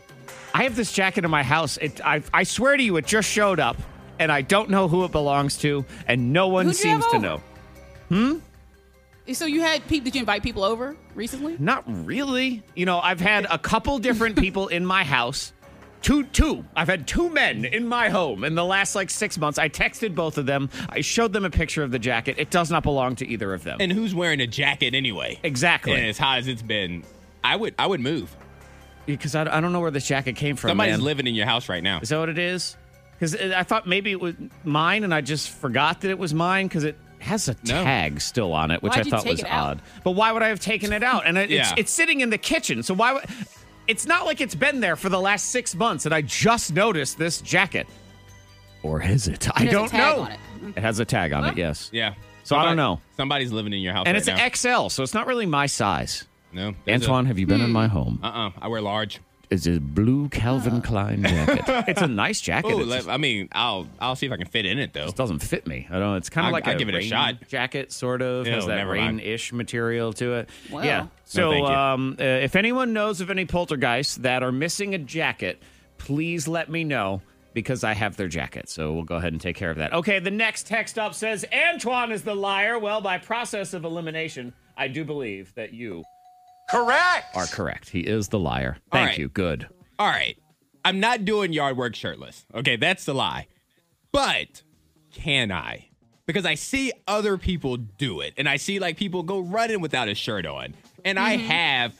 Speaker 1: I have this jacket in my house. It, I, I swear to you, it just showed up, and I don't know who it belongs to, and no one
Speaker 5: Who'd you have
Speaker 1: seems to
Speaker 5: over?
Speaker 1: know.
Speaker 5: so you had people? Did you invite people over recently?
Speaker 1: Not really. You know, I've had a couple different people in my house. Two, two. I've had two men in my home in the last like six months. I texted both of them. I showed them a picture of the jacket. It does not belong to either of them.
Speaker 4: And who's wearing a jacket anyway?
Speaker 1: exactly.
Speaker 4: And as hot as it's been I would I would move.
Speaker 1: Because I, I don't know where this jacket came from.
Speaker 4: Somebody's
Speaker 1: man.
Speaker 4: living in your house right now.
Speaker 1: Is that what it is? Because I thought maybe it was mine, and I just forgot that it was mine because it has a
Speaker 4: No.
Speaker 1: tag still on it, which
Speaker 5: Why'd
Speaker 1: I
Speaker 5: you
Speaker 1: thought
Speaker 5: take
Speaker 1: was
Speaker 5: it out?
Speaker 1: odd. But why would I have taken it out? And I, it's,
Speaker 4: Yeah.
Speaker 1: it's sitting in the kitchen, so why would? It's not like it's been there for the last six months, and I just noticed this jacket. Or is it? I
Speaker 5: has a
Speaker 1: don't
Speaker 5: tag
Speaker 1: know.
Speaker 5: on it. Mm-hmm.
Speaker 1: It has a tag on it. Yes.
Speaker 4: Yeah.
Speaker 1: So I don't know.
Speaker 4: Somebody's living in your house
Speaker 1: And
Speaker 4: right
Speaker 1: it's
Speaker 4: now.
Speaker 1: an XL, so it's not really my size.
Speaker 4: no, there's a-
Speaker 1: Antoine, have you been in my
Speaker 5: Hmm.
Speaker 1: home?
Speaker 4: uh-uh. I wear large.
Speaker 1: It's a blue
Speaker 5: Oh.
Speaker 1: Calvin Klein jacket. it's a nice jacket.
Speaker 4: Oh,
Speaker 1: It's just-
Speaker 4: I mean, I'll I'll see if I can fit in it though.
Speaker 1: It doesn't fit me. I don't. It's kind of
Speaker 4: I-
Speaker 1: like
Speaker 4: I
Speaker 1: a
Speaker 4: give it a
Speaker 1: rain
Speaker 4: shot.
Speaker 1: Jacket sort of has
Speaker 4: Ew,
Speaker 1: that
Speaker 4: never mind.
Speaker 1: rain-ish material to it.
Speaker 5: Wow.
Speaker 1: Yeah.
Speaker 5: No,
Speaker 1: So,
Speaker 4: thank you.
Speaker 1: um, uh, if anyone knows of any poltergeists that are missing a jacket, please let me know because I have their jacket. So we'll go ahead and take care of that. Okay. The next text up says Antoine is the liar. Well, by process of elimination, I do believe that you
Speaker 7: Correct.
Speaker 1: are correct. He is the liar.
Speaker 4: All
Speaker 1: Thank
Speaker 4: right.
Speaker 1: you. Good.
Speaker 4: All right. I'm not doing yard work shirtless. Okay, that's the lie. But can I? Because I see other people do it and I see like people go running without a shirt on. And
Speaker 5: Mm-hmm.
Speaker 4: I have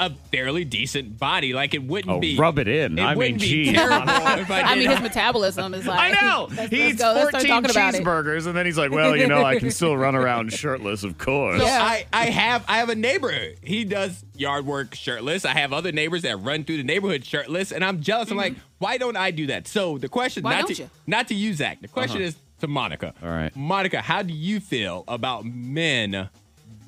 Speaker 4: a fairly decent body. Like it wouldn't
Speaker 1: Oh,
Speaker 4: be
Speaker 1: rub it in. I mean,
Speaker 4: wouldn't be
Speaker 1: geez.
Speaker 4: terrible if I
Speaker 5: I
Speaker 4: did
Speaker 5: mean, his metabolism is
Speaker 1: I
Speaker 5: like.
Speaker 1: know.
Speaker 5: Let's-
Speaker 1: he
Speaker 5: let's
Speaker 1: eats
Speaker 5: go. Let's start
Speaker 1: 14
Speaker 5: talking about it.
Speaker 1: cheeseburgers, and then he's like, "Well, you know, I can still run around shirtless, of course."
Speaker 4: So
Speaker 5: Yeah.
Speaker 4: I, I have I have a neighbor. He does yard work shirtless. I have other neighbors that run through the neighborhood shirtless, and I'm jealous. I'm like, why don't I do that? So the question,
Speaker 5: Mm-hmm. Why
Speaker 4: not
Speaker 5: don't
Speaker 4: to
Speaker 5: you? Uh-huh.
Speaker 4: not to you, Zach. The question is to Monica.
Speaker 1: All right.
Speaker 4: Monica, how do you feel about men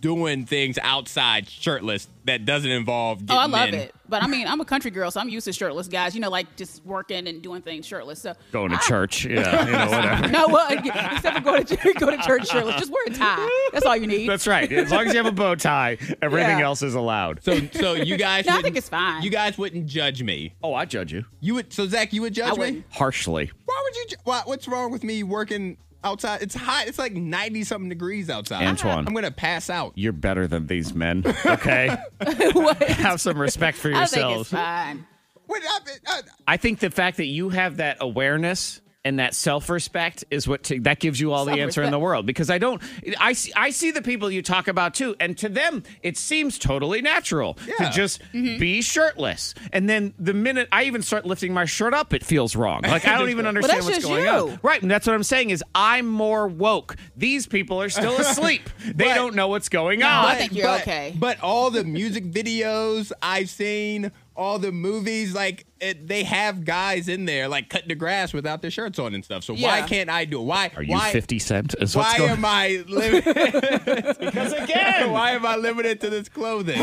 Speaker 4: doing things outside shirtless that doesn't involve?
Speaker 5: Oh, I
Speaker 4: getting
Speaker 5: love
Speaker 4: in?
Speaker 5: it. But I mean, I'm a country girl, so I'm used to shirtless guys, you know, like just working and doing things shirtless. So
Speaker 1: Going to church, yeah, you know, whatever.
Speaker 5: No, well, again, except for go to church, go to church shirtless. Just wear a tie. That's all you need.
Speaker 1: That's right. As long as you have a bow tie, everything
Speaker 5: Yeah.
Speaker 1: else is allowed.
Speaker 4: So so you guys,
Speaker 5: No, I think
Speaker 4: wouldn't-
Speaker 5: it's fine.
Speaker 4: You guys wouldn't judge me.
Speaker 1: Oh, I judge you
Speaker 4: You would. So Zach, you would judge me.
Speaker 5: wouldn't.
Speaker 1: harshly.
Speaker 4: Why would you? ju- Why, what's wrong with me working outside? It's hot. It's like ninety something degrees outside.
Speaker 1: Antoine.
Speaker 4: I'm gonna pass out.
Speaker 1: You're better than these men. Okay,
Speaker 5: What?
Speaker 1: have some respect for
Speaker 5: I think it's
Speaker 1: yourselves.
Speaker 5: fine.
Speaker 4: What, Uh, I, I,
Speaker 1: I think the fact that you have that awareness and that self-respect is what t- that gives you all the answer in the
Speaker 5: Self-respect.
Speaker 1: world because I don't I see, I see the people you talk about too and to them it seems totally natural
Speaker 4: Yeah. Mm-hmm.
Speaker 1: to just be shirtless and then the minute I even start lifting my shirt up it feels wrong like I don't even understand
Speaker 5: that's
Speaker 1: what's
Speaker 5: just
Speaker 1: going
Speaker 5: you.
Speaker 1: on right and that's what I'm saying is I'm more woke these people are still asleep they
Speaker 4: But-
Speaker 1: don't know what's going
Speaker 5: I
Speaker 1: on
Speaker 5: think you're
Speaker 4: but,
Speaker 5: okay.
Speaker 4: But all the music videos I've seen, all the movies, like it, they have guys in there like cutting the grass without their shirts on and stuff. So why
Speaker 5: Yeah.
Speaker 4: can't I do it? Why
Speaker 1: are you
Speaker 4: why,
Speaker 1: 50 cent is what's
Speaker 4: Why
Speaker 1: going
Speaker 4: am I limited?
Speaker 1: because again
Speaker 4: why am I limited to this clothing?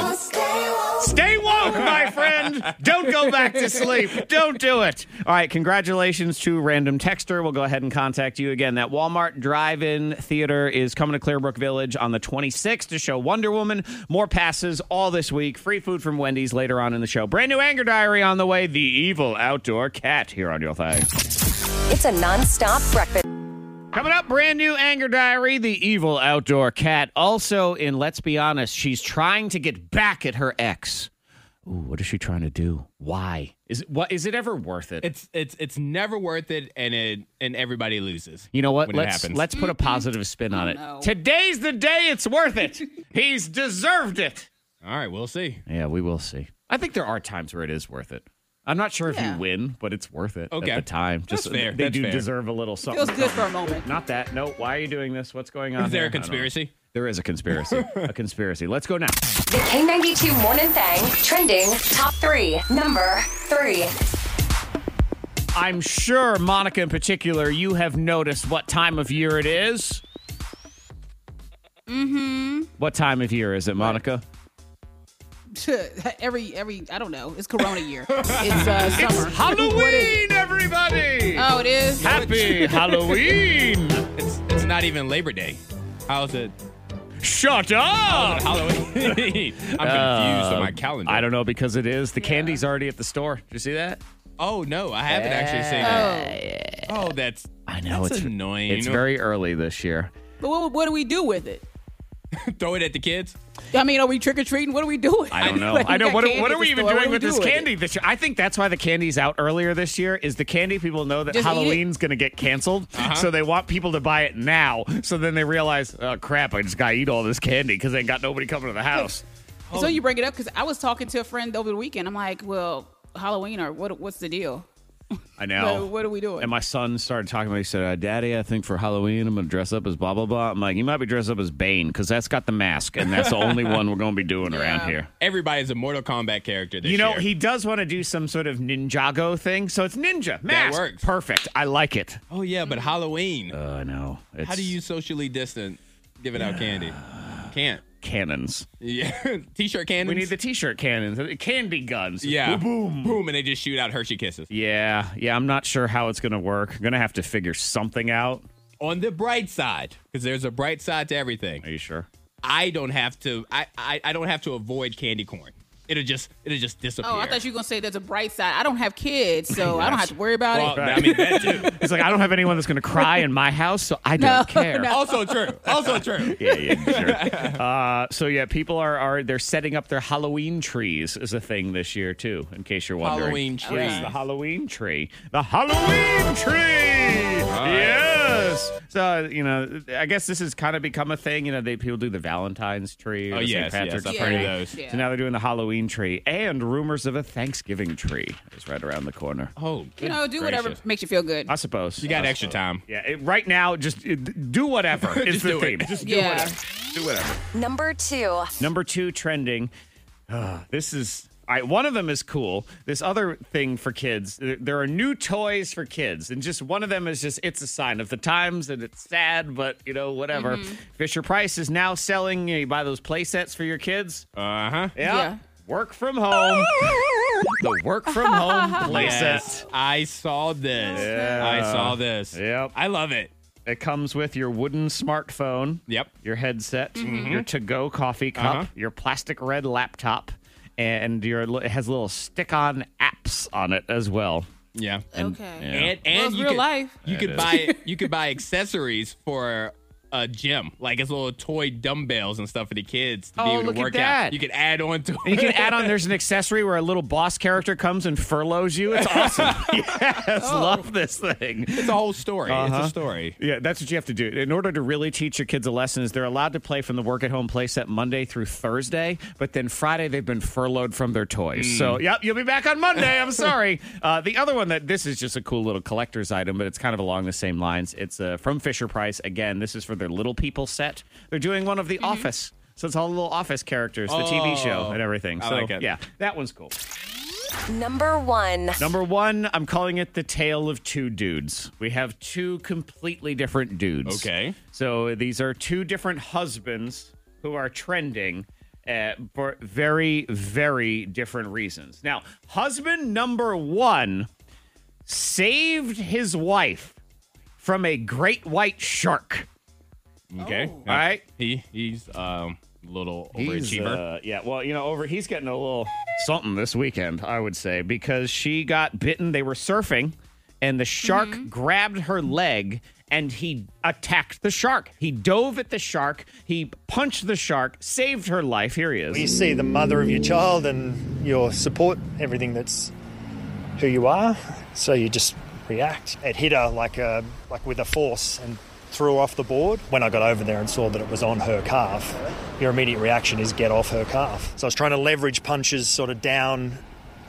Speaker 1: Stay woke, my friend. Don't go back to sleep. Don't do it. All right, congratulations to Random Texter. We'll go ahead and contact you again. That Walmart Drive In Theater is coming to Clearbrook Village on the 26th to show Wonder Woman. More passes all this week. Free food from Wendy's later on in the show. Brand new Anger Diary on the way. The Evil Outdoor Cat here on your thing.
Speaker 2: It's a non-stop breakfast.
Speaker 1: Coming up, brand new Anger Diary, the evil outdoor cat. Also, in Let's Be Honest, she's trying to get back at her ex. Ooh, what is she trying to do? Why? Is it, what, is it ever worth it?
Speaker 4: It's it's it's never worth it, and it and everybody loses.
Speaker 1: you know what?
Speaker 4: When it
Speaker 1: Let's,
Speaker 4: happens.
Speaker 1: let's put a positive spin on it.
Speaker 5: Oh, no.
Speaker 1: Today's the day it's worth it. He's deserved it.
Speaker 4: All right, we'll see.
Speaker 1: Yeah, we will see. I think there are times where it is worth it. I'm not sure if
Speaker 5: Yeah.
Speaker 1: you win, but it's worth it
Speaker 4: Okay.
Speaker 1: at the time.
Speaker 4: That's
Speaker 1: Just
Speaker 4: fair.
Speaker 1: they
Speaker 4: That's
Speaker 1: do
Speaker 4: fair.
Speaker 1: deserve a little something.
Speaker 5: Feels good for a moment.
Speaker 1: Not that. No. Why are you doing this? What's going on?
Speaker 4: Is there
Speaker 1: here? Oh,
Speaker 4: a
Speaker 1: I don't know.
Speaker 4: conspiracy?
Speaker 1: There is a conspiracy. a conspiracy. Let's go now.
Speaker 2: The K92 Morning Thang trending top three. Number three.
Speaker 1: I'm sure, Monica in particular, you have noticed what time of year it is. Mm-hmm. What time of year is it, Monica?
Speaker 5: every every I don't know. It's Corona year. It's uh, summer.
Speaker 1: Halloween, everybody!
Speaker 4: Uh,
Speaker 5: oh, it is.
Speaker 1: Happy Halloween!
Speaker 4: It's it's not even Labor Day. How's it?
Speaker 1: Shut up! Uh,
Speaker 4: Halloween. I'm confused on my calendar.
Speaker 1: Um, I don't know because it is. The candy's already at the store. Did you see that?
Speaker 4: Oh no, I haven't actually seen that. Oh, that's
Speaker 1: I know,
Speaker 4: That's
Speaker 1: it's-
Speaker 4: annoying.
Speaker 1: It's
Speaker 4: You know,
Speaker 1: very early this year.
Speaker 5: But what, what do we do with it?
Speaker 4: throw it at the kids.
Speaker 5: I mean, are we trick or treating? What are we doing?
Speaker 1: I don't know.
Speaker 5: Like, we
Speaker 1: I know.
Speaker 5: got
Speaker 1: What,
Speaker 5: candy
Speaker 1: what
Speaker 5: at
Speaker 1: are we
Speaker 5: the
Speaker 1: even
Speaker 5: store. What
Speaker 1: doing
Speaker 5: do we
Speaker 1: with
Speaker 5: do
Speaker 1: this
Speaker 5: it?
Speaker 1: candy this year? I think that's why the candy's out earlier this year. Is the candy people know that
Speaker 5: Just eat it. Uh-huh.
Speaker 1: Halloween's going to get canceled, so they want people to buy it now. So then they realize, oh crap, I just got to eat all this candy because they ain't got nobody coming to the house.
Speaker 5: It's when you bring it up because I was talking to a friend over the weekend. I'm like, well, Halloween or what? What's the deal?
Speaker 1: I know.
Speaker 5: What- what are we doing?
Speaker 1: And my son started talking about. it. He said, uh, "Daddy, I think for Halloween I'm going to dress up as blah blah blah." I'm like, "You might be dressed up as Bane because that's got the mask, and that's the only one we're going to be doing around here."
Speaker 4: Everybody's a Mortal Kombat character this
Speaker 1: You know,
Speaker 4: year.
Speaker 1: he does want to do some sort of Ninjago thing, so it's ninja mask.
Speaker 4: works.
Speaker 1: Perfect. I like it.
Speaker 4: Oh yeah, but Halloween.
Speaker 1: Oh, I know. It's
Speaker 4: How do you socially distant giving out candy? Can't.
Speaker 1: cannons?
Speaker 4: Yeah. T-shirt candy.
Speaker 1: We need the T-shirt cannons, uh, candy guns.
Speaker 4: yeah.
Speaker 1: Boom.
Speaker 4: boom, and they just shoot out Hershey kisses.
Speaker 1: Yeah, yeah. I'm not sure how it's going to work. I'm going to have to figure something out.
Speaker 4: On the bright side, because there's a bright side to everything.
Speaker 1: Are you sure?
Speaker 4: I don't have to. I, I I don't have to avoid candy corn. It'll just it'll just disappear.
Speaker 5: Oh, I thought you were gonna say there's a bright side. I don't have kids, so I don't have to worry about
Speaker 4: Well,
Speaker 5: it.
Speaker 4: I mean that too.
Speaker 1: He's like, I don't have anyone that's going to cry in my house, so I don't care.
Speaker 4: also true. Also true.
Speaker 1: yeah, yeah, sure. uh, so yeah, people are are they're setting up their Halloween trees as a thing this year too. In case you're wondering,
Speaker 4: Halloween
Speaker 1: Yes,
Speaker 4: trees.
Speaker 1: the Halloween tree, the Halloween tree. Yes. So you know, I guess this has kind of become a thing. You know, they people do the Valentine's tree. Or
Speaker 4: Oh,
Speaker 1: the
Speaker 4: yes,
Speaker 1: St.
Speaker 4: yes,
Speaker 1: Patrick's
Speaker 4: I've
Speaker 1: tree.
Speaker 4: heard of those.
Speaker 5: Yeah.
Speaker 1: So now they're doing the Halloween tree and rumors of a Thanksgiving tree is right around the corner.
Speaker 4: Oh,
Speaker 5: You know, do whatever
Speaker 4: gracious.
Speaker 5: makes you feel good.
Speaker 1: I suppose Uh,
Speaker 4: You got extra time.
Speaker 1: Yeah, it, right now, just it, do whatever is
Speaker 4: Just
Speaker 1: the
Speaker 4: do
Speaker 1: theme.
Speaker 4: it.
Speaker 1: Just do
Speaker 5: Yeah.
Speaker 1: whatever. Do whatever.
Speaker 2: Number two.
Speaker 1: Number two trending. Ugh, this is. I, one of them is cool. This other thing for kids, there there are new toys for kids, and just one of them is just it's a sign of the times, and it's sad, but you know whatever. Fisher Price is now selling. You, know, you buy those play sets for your kids.
Speaker 4: Uh huh.
Speaker 1: Yeah.
Speaker 5: Yeah.
Speaker 1: Work from home. the work from home play
Speaker 4: Yes,
Speaker 1: set.
Speaker 4: I saw this. I saw this.
Speaker 1: Yep.
Speaker 4: I love it.
Speaker 1: It comes with your wooden smartphone.
Speaker 4: Yep. Mm-hmm.
Speaker 1: your headset, your to-go coffee cup,
Speaker 4: Uh-huh.
Speaker 1: your plastic red laptop, and your it has little stick-on apps on it as well.
Speaker 4: Yeah.
Speaker 5: okay.
Speaker 1: yeah.
Speaker 4: And
Speaker 5: Well,
Speaker 4: and
Speaker 5: it's
Speaker 4: you
Speaker 5: real
Speaker 4: could,
Speaker 5: life.
Speaker 4: You could
Speaker 1: is.
Speaker 4: buy you could buy accessories for a gym, like it's little toy dumbbells and stuff for the kids to be
Speaker 1: Oh,
Speaker 4: able to
Speaker 1: look at
Speaker 4: work
Speaker 1: that.
Speaker 4: out. You could add on to
Speaker 1: You
Speaker 4: it.
Speaker 1: can add on. There's an accessory where a little boss character comes and furloughs you. It's awesome. yes, love this thing.
Speaker 4: It's a whole story. It's
Speaker 1: Uh-huh.
Speaker 4: a story.
Speaker 1: Yeah, that's what you have to do. In order to really teach your kids a lesson, is they're allowed to play from the work at home playset Monday through Thursday, but then Friday they've been furloughed from their toys.
Speaker 4: Mm.
Speaker 1: So, yep, you'll be back on Monday. I'm sorry. uh, the other one that this is just a cool little collector's item, but it's kind of along the same lines. It's uh, from Fisher Price. Again, this is for their little people set. They're doing one of The Office. So it's all little office characters, the TV show
Speaker 4: Mm-hmm. Oh,
Speaker 1: and everything.
Speaker 4: I
Speaker 1: So
Speaker 4: like it.
Speaker 1: yeah, that one's cool.
Speaker 2: Number one.
Speaker 1: Number one, I'm calling it the tale of two dudes. We have two completely different dudes.
Speaker 4: Okay.
Speaker 1: So these are two different husbands who are trending uh, for very, very different reasons. Now, husband number one saved his wife from a great white shark.
Speaker 5: Oh.
Speaker 4: Okay.
Speaker 1: All right.
Speaker 4: He he's um a little
Speaker 1: He's,
Speaker 4: overachiever.
Speaker 1: uh, yeah, well, you know, over he's getting a little something this weekend, I would say, because she got bitten. They were surfing, and the shark
Speaker 5: Mm-hmm.
Speaker 1: grabbed her leg, and he attacked the shark. He dove at the shark. He punched the shark, saved her life. Here he
Speaker 8: You
Speaker 1: is.
Speaker 8: see the mother of your child and your support, everything that's who you are. So you just react. It hit her like a, like with a force and threw off the board. When I got over there and saw that it was on her calf, your immediate reaction is get off her calf. So I was trying to leverage punches sort of down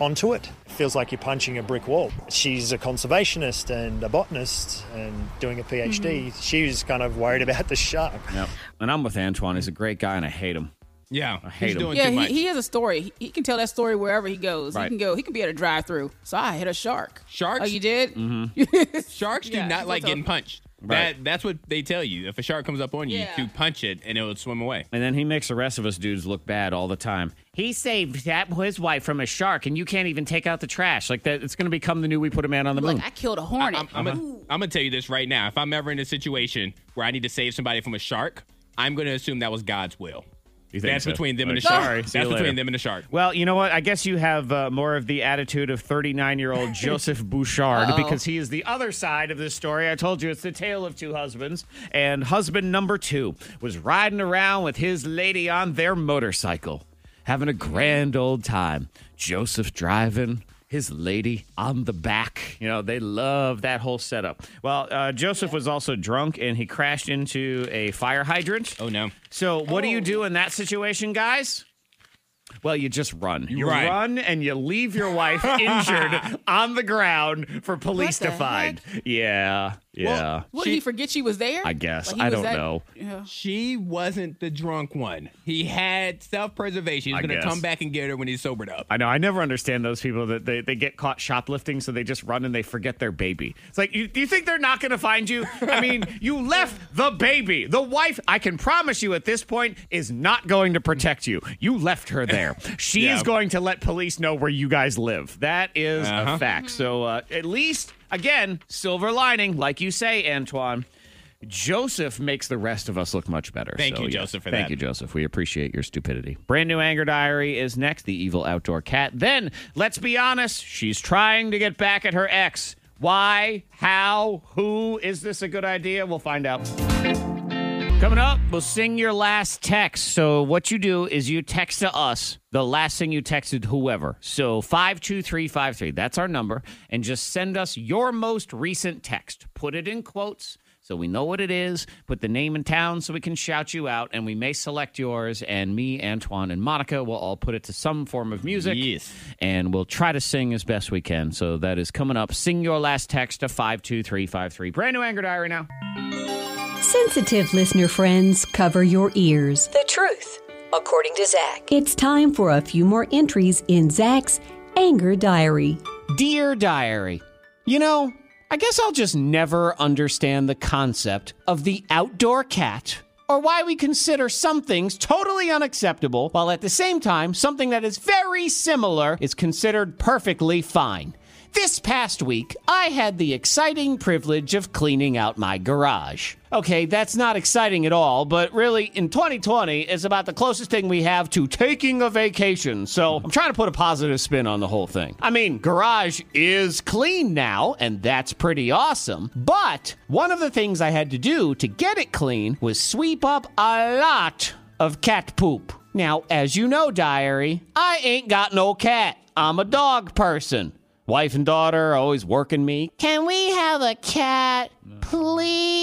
Speaker 8: onto it. It feels like you're punching a brick wall. She's a conservationist and a botanist and doing a PhD. She was kind of worried about the shark.
Speaker 1: Yep. And I'm with Antoine. He's a great guy, and I hate him.
Speaker 4: yeah.
Speaker 1: hate
Speaker 4: he's
Speaker 1: him.
Speaker 4: doing
Speaker 5: Yeah,
Speaker 4: too
Speaker 5: he,
Speaker 4: much.
Speaker 5: he has a story. He, he can tell that story wherever he goes.
Speaker 1: Right.
Speaker 5: He can go. He can be at a drive-through. So I hit a shark.
Speaker 4: Sharks?
Speaker 5: Oh, you did?
Speaker 1: Mm-hmm.
Speaker 4: Sharks
Speaker 5: Yeah,
Speaker 4: do not
Speaker 5: he's
Speaker 4: like
Speaker 5: also-
Speaker 4: getting punched.
Speaker 1: Right.
Speaker 4: That that's what they tell you. If a shark comes up on you,
Speaker 5: Yeah.
Speaker 4: you punch it and it will swim away.
Speaker 1: And then he makes the rest of us dudes look bad all the time. He saved that his wife from a shark, and you can't even take out the trash. Like that, it's going to become the new "We Put a Man on the Moon."
Speaker 5: Look, I killed a hornet.
Speaker 4: I'm, I'm, gonna- I'm gonna tell you this right now. If I'm ever in a situation where I need to save somebody from a shark, I'm gonna assume that was God's will.
Speaker 1: You think
Speaker 4: That's
Speaker 1: so?
Speaker 4: between them and the
Speaker 1: Okay.
Speaker 4: shark.
Speaker 1: Sorry, see you
Speaker 4: That's
Speaker 1: later.
Speaker 4: between them and the shark.
Speaker 1: Well, you know what? I guess you have uh, more of the attitude of 39 year old Joseph Bouchard because he is the other side of this story. I told you it's the tale of two husbands. And husband number two was riding around with his lady on their motorcycle, having a grand old time. Joseph driving. His lady on the back. You know, they love that whole setup. Well, uh, Joseph was also drunk and he crashed into a fire hydrant.
Speaker 4: Oh no.
Speaker 5: Oh.
Speaker 1: So, what do you do in that situation, guys? Well, you just run. You
Speaker 4: Right.
Speaker 1: run and you leave your wife injured on the ground for police to
Speaker 5: the
Speaker 1: find. Yeah. Yeah.
Speaker 5: What
Speaker 4: She-
Speaker 5: did he forget she was there?
Speaker 1: I guess.
Speaker 5: Like, he
Speaker 1: I
Speaker 5: was
Speaker 1: don't
Speaker 5: that-
Speaker 1: know.
Speaker 5: Yeah.
Speaker 4: She wasn't the drunk one. He had self preservation.
Speaker 1: I
Speaker 4: He's going
Speaker 1: guess.
Speaker 4: to come back and get her when he's sobered up.
Speaker 1: I know. I never understand those people that they, they get caught shoplifting, so they just run and they forget their baby. It's like, you, do you think they're not going to find you? I mean, you left the baby. The wife, I can promise you at this point, is not going to protect you. You left her there. She
Speaker 4: Yeah.
Speaker 1: is going to let police know where you guys live. That is a
Speaker 4: Uh-huh.
Speaker 1: fact. So uh, at least, again, silver lining, like you say, Antoine. Joseph makes the rest of us look much better.
Speaker 4: Thank
Speaker 1: So,
Speaker 4: you,
Speaker 1: yes.
Speaker 4: Joseph, for
Speaker 1: Thank
Speaker 4: that.
Speaker 1: you, Joseph. We appreciate your stupidity. Brand new Anger Diary is next. The evil outdoor cat. Then, let's be honest, she's trying to get back at her ex. Why? How? Who? Is this a good idea? We'll find out. Coming up, we'll sing your last text. So, what you do is you text to us the last thing you texted whoever. So, 52353, that's our number. And just send us your most recent text. Put it in quotes so we know what it is. Put the name and town so we can shout you out. And we may select yours. And me, Antoine, and Monica will all put it to some form of music.
Speaker 4: Yes.
Speaker 1: And we'll try to sing as best we can. So, that is coming up. Sing your last text to 52353. Brand new Anger Diary now.
Speaker 9: Sensitive listener friends, cover your ears.
Speaker 10: The truth, according to Zach.
Speaker 9: It's time for a few more entries in Zach's Anger Diary.
Speaker 1: Dear Diary, you know, I guess I'll just never understand the concept of the outdoor cat or why we consider some things totally unacceptable while at the same time something that is very similar is considered perfectly fine. This past week, I had the exciting privilege of cleaning out my garage. Okay, that's not exciting at all, but really, in 2020 is about the closest thing we have to taking a vacation. So I'm trying to put a positive spin on the whole thing. I mean, garage is clean now, and that's pretty awesome. But one of the things I had to do to get it clean was sweep up a lot of cat poop. Now, as you know, diary, I ain't got no cat. I'm a dog person. Wife and daughter are always working me. Can we have a cat,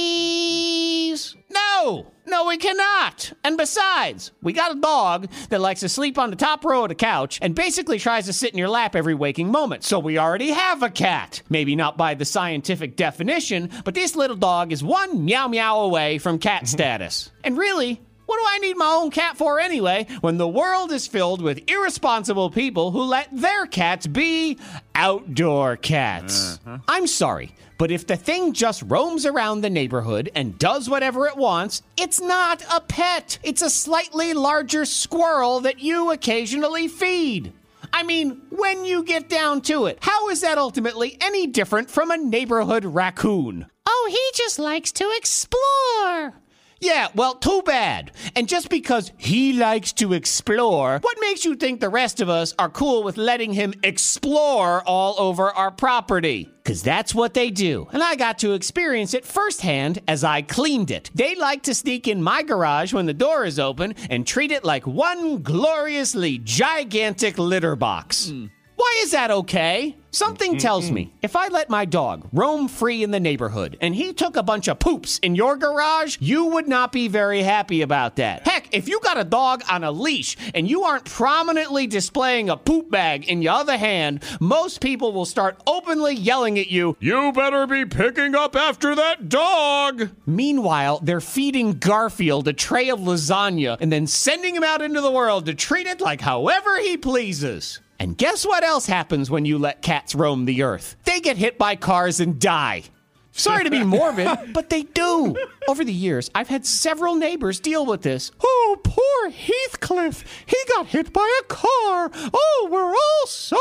Speaker 1: please? No, no, we cannot. And besides, we got a dog that likes to sleep on the top row of the couch and basically tries to sit in your lap every waking moment. So we already have a cat. Maybe not by the scientific definition, but this little dog is one meow meow away from cat status. And really, what do I need my own cat for anyway when the world is filled with irresponsible people who let their cats be outdoor cats? I'm sorry, but if the thing just roams around the neighborhood and does whatever it wants, it's not a pet. It's a slightly larger squirrel that you occasionally feed. I mean, when you get down to it, how is that ultimately any different from a neighborhood raccoon? Oh, he just likes to explore. Yeah, well, too bad. And just because he likes to explore, what makes you think the rest of us are cool with letting him explore all over our property? Because that's what they do. And I got to experience it firsthand as I cleaned it. They like to sneak in my garage when the door is open and treat it like one gloriously gigantic litter box. Why is that okay? Something tells me if I let my dog roam free in the neighborhood and he took a bunch of poops in your garage, you would not be very happy about that. Heck, if you got a dog on a leash and you aren't prominently displaying a poop bag in your other hand, most people will start openly yelling at you, You better be picking up after that dog! Meanwhile, they're feeding Garfield a tray of lasagna and then sending him out into the world to treat it like however he pleases. And guess what else happens when you let cats roam the earth? They get hit by cars and die. Sorry to be morbid, but they do. Over the years, I've had several neighbors deal with this. Oh, poor Heathcliff. He got hit by a car. Oh, we're all so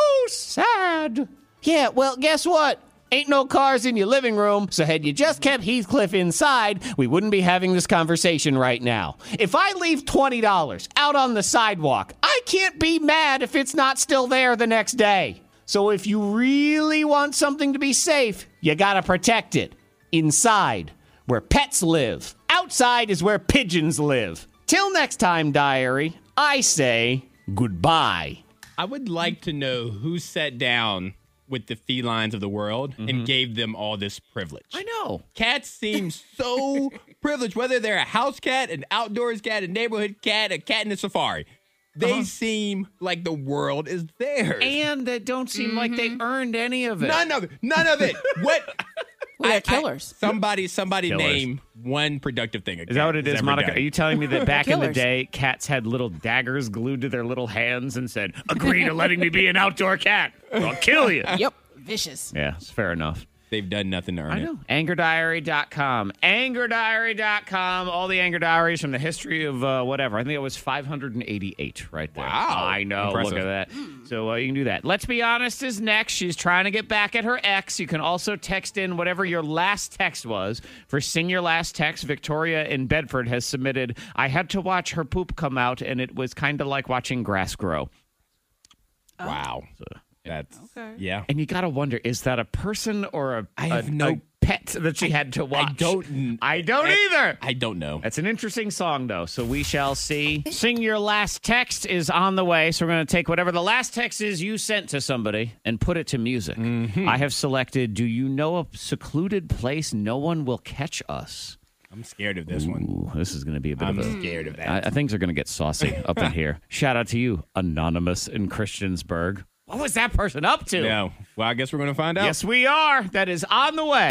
Speaker 1: sad. Yeah, well, guess what? Ain't no cars in your living room, so had you just kept Heathcliff inside, we wouldn't be having this conversation right now. If I leave $20 out on the sidewalk, I can't be mad if it's not still there the next day. So if you really want something to be safe, you gotta protect it. Inside, where pets live. Outside is where pigeons live. Till next time, diary, I say goodbye.
Speaker 4: I would like to know who sat down with the felines of the world and gave them all this privilege.
Speaker 1: Mm-hmm. know.
Speaker 4: Cats seem so privileged, whether they're a house cat, an outdoors cat, a neighborhood cat, a cat in a safari. They seem like the world is theirs.
Speaker 1: Uh-huh. and that don't seem like they earned any of it.
Speaker 4: none of it. None of it. What?
Speaker 5: Well, they're killers.
Speaker 4: somebody, somebody
Speaker 1: Killers.
Speaker 4: name one productive thing.
Speaker 1: Is that what it is, Monica? Are you telling me that back in the
Speaker 5: Killers.
Speaker 1: day, cats had little daggers glued to their little hands and said, "Agree to letting me be an outdoor cat? or I'll kill you."
Speaker 5: Yep, vicious.
Speaker 1: Yeah, it's fair enough.
Speaker 4: They've done nothing to earn
Speaker 1: I know. Angerdiary.com. Angerdiary.com. All the anger diaries from the history of uh, whatever. I think it was 588 right there.
Speaker 4: Wow.
Speaker 1: I know. Look
Speaker 4: Impressive.
Speaker 1: at that. So uh, you can do that. Let's Be Honest is next. She's trying to get back at her ex. You can also text in whatever your last text was. For Sing Your Last Text, Victoria in Bedford has submitted I had to watch her poop come out, and it was kind of like watching grass grow.
Speaker 4: it. Wow. That's
Speaker 5: Okay.
Speaker 4: yeah.
Speaker 1: And you gotta wonder, is that a person or a,
Speaker 4: I have
Speaker 1: a-
Speaker 4: no-
Speaker 1: a pet that she had to watch?
Speaker 4: I don't.
Speaker 1: I don't either.
Speaker 4: I don't know.
Speaker 1: That's an interesting song, though. So we shall see. Sing your last text is on the way. So we're going to take whatever the last text is you sent to somebody and put it to music.
Speaker 4: Mm-hmm.
Speaker 1: I have selected Do You Know a Secluded Place No One Will Catch Us?
Speaker 4: I'm scared of this one.
Speaker 1: Ooh, this is going to be a bit
Speaker 4: I'm
Speaker 1: of a.
Speaker 4: scared of that.
Speaker 1: I, I- things are going to get saucy up in here. Shout out to you, Anonymous in Christiansburg. What was that person up to?
Speaker 4: no. Well, I guess we're gonna find out.
Speaker 1: Yes, we are. That is on the way.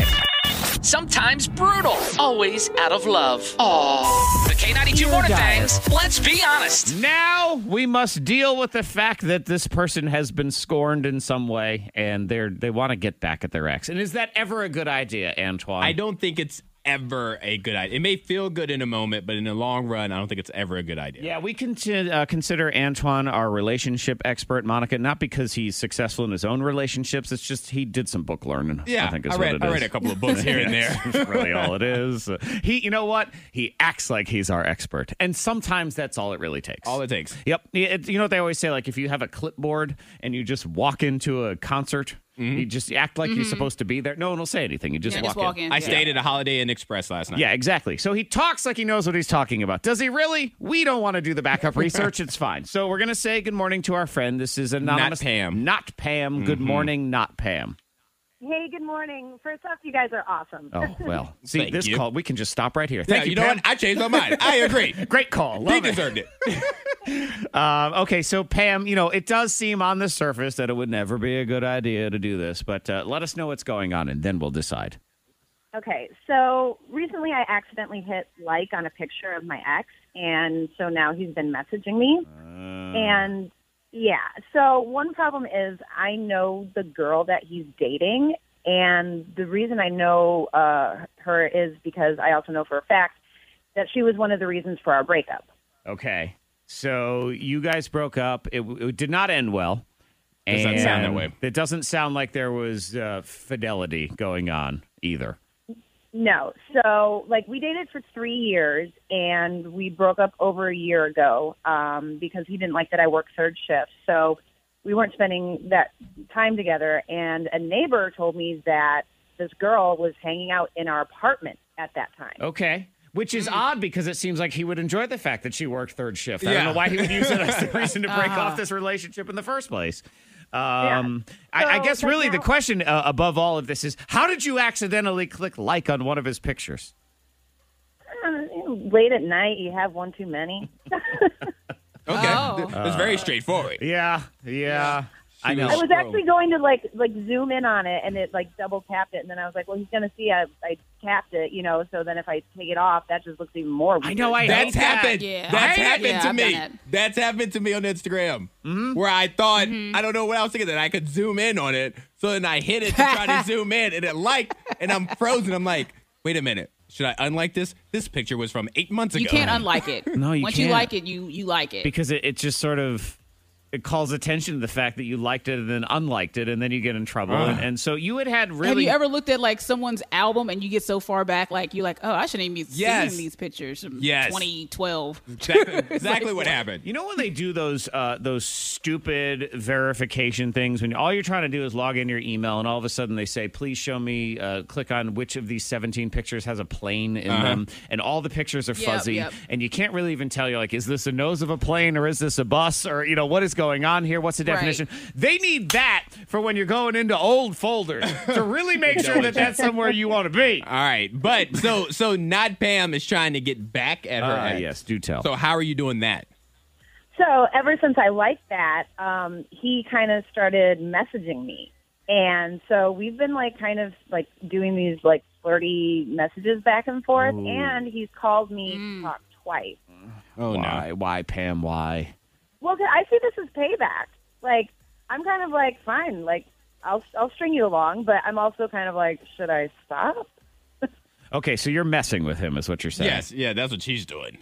Speaker 10: Sometimes brutal, always out of love. Aww. The K92 Morning Thangs. Let's be honest.
Speaker 1: Now we must deal with the fact that this person has been scorned in some way, and they're they want to get back at their ex. And is that ever a good idea, Antoine?
Speaker 4: I don't think it's ever a good idea. It may feel good in a moment, but in the long run, I don't think it's ever a good idea.
Speaker 1: Yeah, we can uh, consider Antoine our relationship expert, Monica, not because he's successful in his own relationships. It's just he did some book learning.
Speaker 4: Yeah,
Speaker 1: I think is
Speaker 4: read,
Speaker 1: what it is.
Speaker 4: I read a couple of books here and there.
Speaker 1: That's really all it is. He, you know what? He acts like he's our expert, and sometimes that's all it really takes.
Speaker 4: All it takes.
Speaker 1: Yep. It- you know what they always say? Like if you have a clipboard and you just walk into a concert,
Speaker 4: Mm-hmm.
Speaker 1: you just act like you're supposed to be there. No one will say anything. You just,
Speaker 5: Mm-hmm. Yeah,
Speaker 1: walk,
Speaker 5: just walk in.
Speaker 4: I
Speaker 5: Yeah.
Speaker 4: stayed at a Holiday Inn Express last night.
Speaker 1: Yeah, exactly. So he talks like he knows what he's talking about. Does he really? We don't want to do the backup research. It's fine. So we're gonna say good morning to our friend. This is anonymous.
Speaker 4: Pam. Mm-hmm.
Speaker 1: Not Pam. Good morning, not Pam.
Speaker 11: Hey, good morning. First off, you guys are awesome.
Speaker 1: Oh well. See
Speaker 4: Thank
Speaker 1: this
Speaker 4: you.
Speaker 1: call. We can just stop right here.
Speaker 4: Yeah,
Speaker 1: Thank you.
Speaker 4: you know
Speaker 1: Pam.
Speaker 4: what? I changed my mind. I agree.
Speaker 1: Great call.
Speaker 4: They
Speaker 1: Love it.
Speaker 4: deserved it.
Speaker 1: Um, okay, so Pam, you know, it does seem on the surface that it would never be a good idea to do this, but uh, let us know what's going on and then we'll decide.
Speaker 11: Okay, so recently I accidentally hit like on a picture of my ex, and so now he's been messaging me. And yeah, so one problem is I know the girl that he's dating, and the reason I know uh, her is because I also know for a fact that she was one of the reasons for our breakup.
Speaker 1: Okay, so you guys broke up. It, it did not end well.
Speaker 4: Doesn't
Speaker 1: And
Speaker 4: sound that way.
Speaker 1: It doesn't sound like there was uh, fidelity going on either.
Speaker 11: No. So, like, we dated for three years, and we broke up over a year ago um, because he didn't like that I worked third shift. So, we weren't spending that time together. And a neighbor told me that this girl was hanging out in our apartment at that time.
Speaker 1: Okay. Which is odd because it seems like he would enjoy the fact that she worked third shift. I
Speaker 4: Yeah.
Speaker 1: don't know why he would use it as the reason to break off this relationship in the first place. Um, I, I
Speaker 11: So,
Speaker 1: guess
Speaker 11: but
Speaker 1: really the
Speaker 11: now-
Speaker 1: question uh, above all of this is how did you accidentally click like on one of his pictures?
Speaker 11: Uh, Late at night, you have one too many.
Speaker 4: Okay.
Speaker 5: Oh.
Speaker 4: Th- It's very straightforward.
Speaker 1: Yeah, yeah. I know.
Speaker 11: I was actually going to like like zoom in on it, and it like double tapped it, and then I was like, "Well, he's gonna see I, I tapped it, you know." So then if I take it off, that just looks even more. Weird.
Speaker 1: I know. I hate
Speaker 4: That's
Speaker 1: that.
Speaker 4: happened.
Speaker 5: Yeah.
Speaker 4: That's
Speaker 5: Yeah,
Speaker 4: happened to
Speaker 5: I've
Speaker 4: me.
Speaker 5: done it. Mm-hmm.
Speaker 4: That's happened to me on Instagram, where I thought I don't know what I was thinking that I could zoom in on it. So then I hit it to try to zoom in, and it liked, and I'm frozen. I'm like, wait a minute, should I unlike this? This picture was from eight months ago.
Speaker 5: You can't unlike it.
Speaker 1: No, you
Speaker 5: Once
Speaker 1: can't.
Speaker 5: you like it, you you like it.
Speaker 1: because it, it just sort of it calls attention to the fact that you liked it and then unliked it and then you get in trouble and, and so you had had really
Speaker 5: Have you ever looked at like someone's album and you get so far back, like you're like, oh, I shouldn't even be
Speaker 4: Yes.
Speaker 5: seeing these pictures from
Speaker 4: Yes.
Speaker 5: 2012.
Speaker 4: Exactly, exactly what happened.
Speaker 1: You know when they do those uh, those stupid verification things when all you're trying to do is log in your email and all of a sudden they say please show me uh, click on which of these 17 pictures has a plane in them and all the pictures are
Speaker 5: Yep,
Speaker 1: fuzzy
Speaker 5: yep.
Speaker 1: and you can't really even tell you're like is this a nose of a plane or is this a bus or you know what is going on here what's the
Speaker 5: Right.
Speaker 1: definition they need that for when you're going into old folders to really make sure that that's somewhere you want to be.
Speaker 4: All right, but so so not Pam is trying to get back at her.
Speaker 1: Uh,
Speaker 4: ex.
Speaker 1: yes, do tell.
Speaker 4: So how are you doing that?
Speaker 11: So ever since I liked that, um, he kind of started messaging me, and so we've been like kind of like doing these like flirty messages back and forth.
Speaker 1: Ooh.
Speaker 11: And he's called me to talk twice.
Speaker 1: Oh why, no! Why, Pam? Why?
Speaker 11: Well, 'cause I see this as payback. Like I'm kind of like fine, like I'll I'll string you along, but I'm also kind of like, should I stop?
Speaker 1: Okay, so you're messing with him, is what you're saying.
Speaker 4: Yes, yeah, that's what she's doing.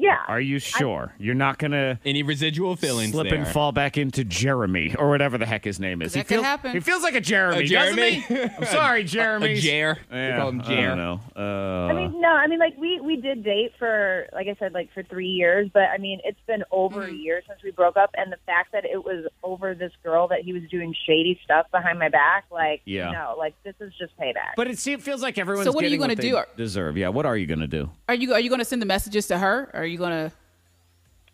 Speaker 11: Yeah.
Speaker 1: Are you sure you're not gonna
Speaker 4: any residual feelings
Speaker 1: slip and
Speaker 4: there.
Speaker 1: fall back into Jeremy or whatever the heck his name is?
Speaker 4: That
Speaker 1: He
Speaker 4: could
Speaker 1: feels-
Speaker 4: happen.
Speaker 1: He feels like a Jeremy,
Speaker 4: A
Speaker 1: doesn't he?
Speaker 4: Jeremy?
Speaker 1: I'm sorry, Jeremy.
Speaker 4: A Jer. We
Speaker 1: Yeah,
Speaker 4: call him
Speaker 1: I
Speaker 4: Jer.
Speaker 1: don't know. Uh,
Speaker 11: I mean, no, I mean, like we we did date for, like I said, like for three years, but I mean, it's been over a year since we broke up, and the fact that it was over this girl that he was doing shady stuff behind my back, like,
Speaker 1: Yeah.
Speaker 11: no, like this is just payback.
Speaker 1: but it seems, feels like everyone's.
Speaker 5: So what are you
Speaker 1: getting
Speaker 5: gonna
Speaker 1: they
Speaker 5: do? Are-
Speaker 1: Deserve? Yeah. What are you gonna do?
Speaker 5: Are you are you going to send the messages to her? Or are you going to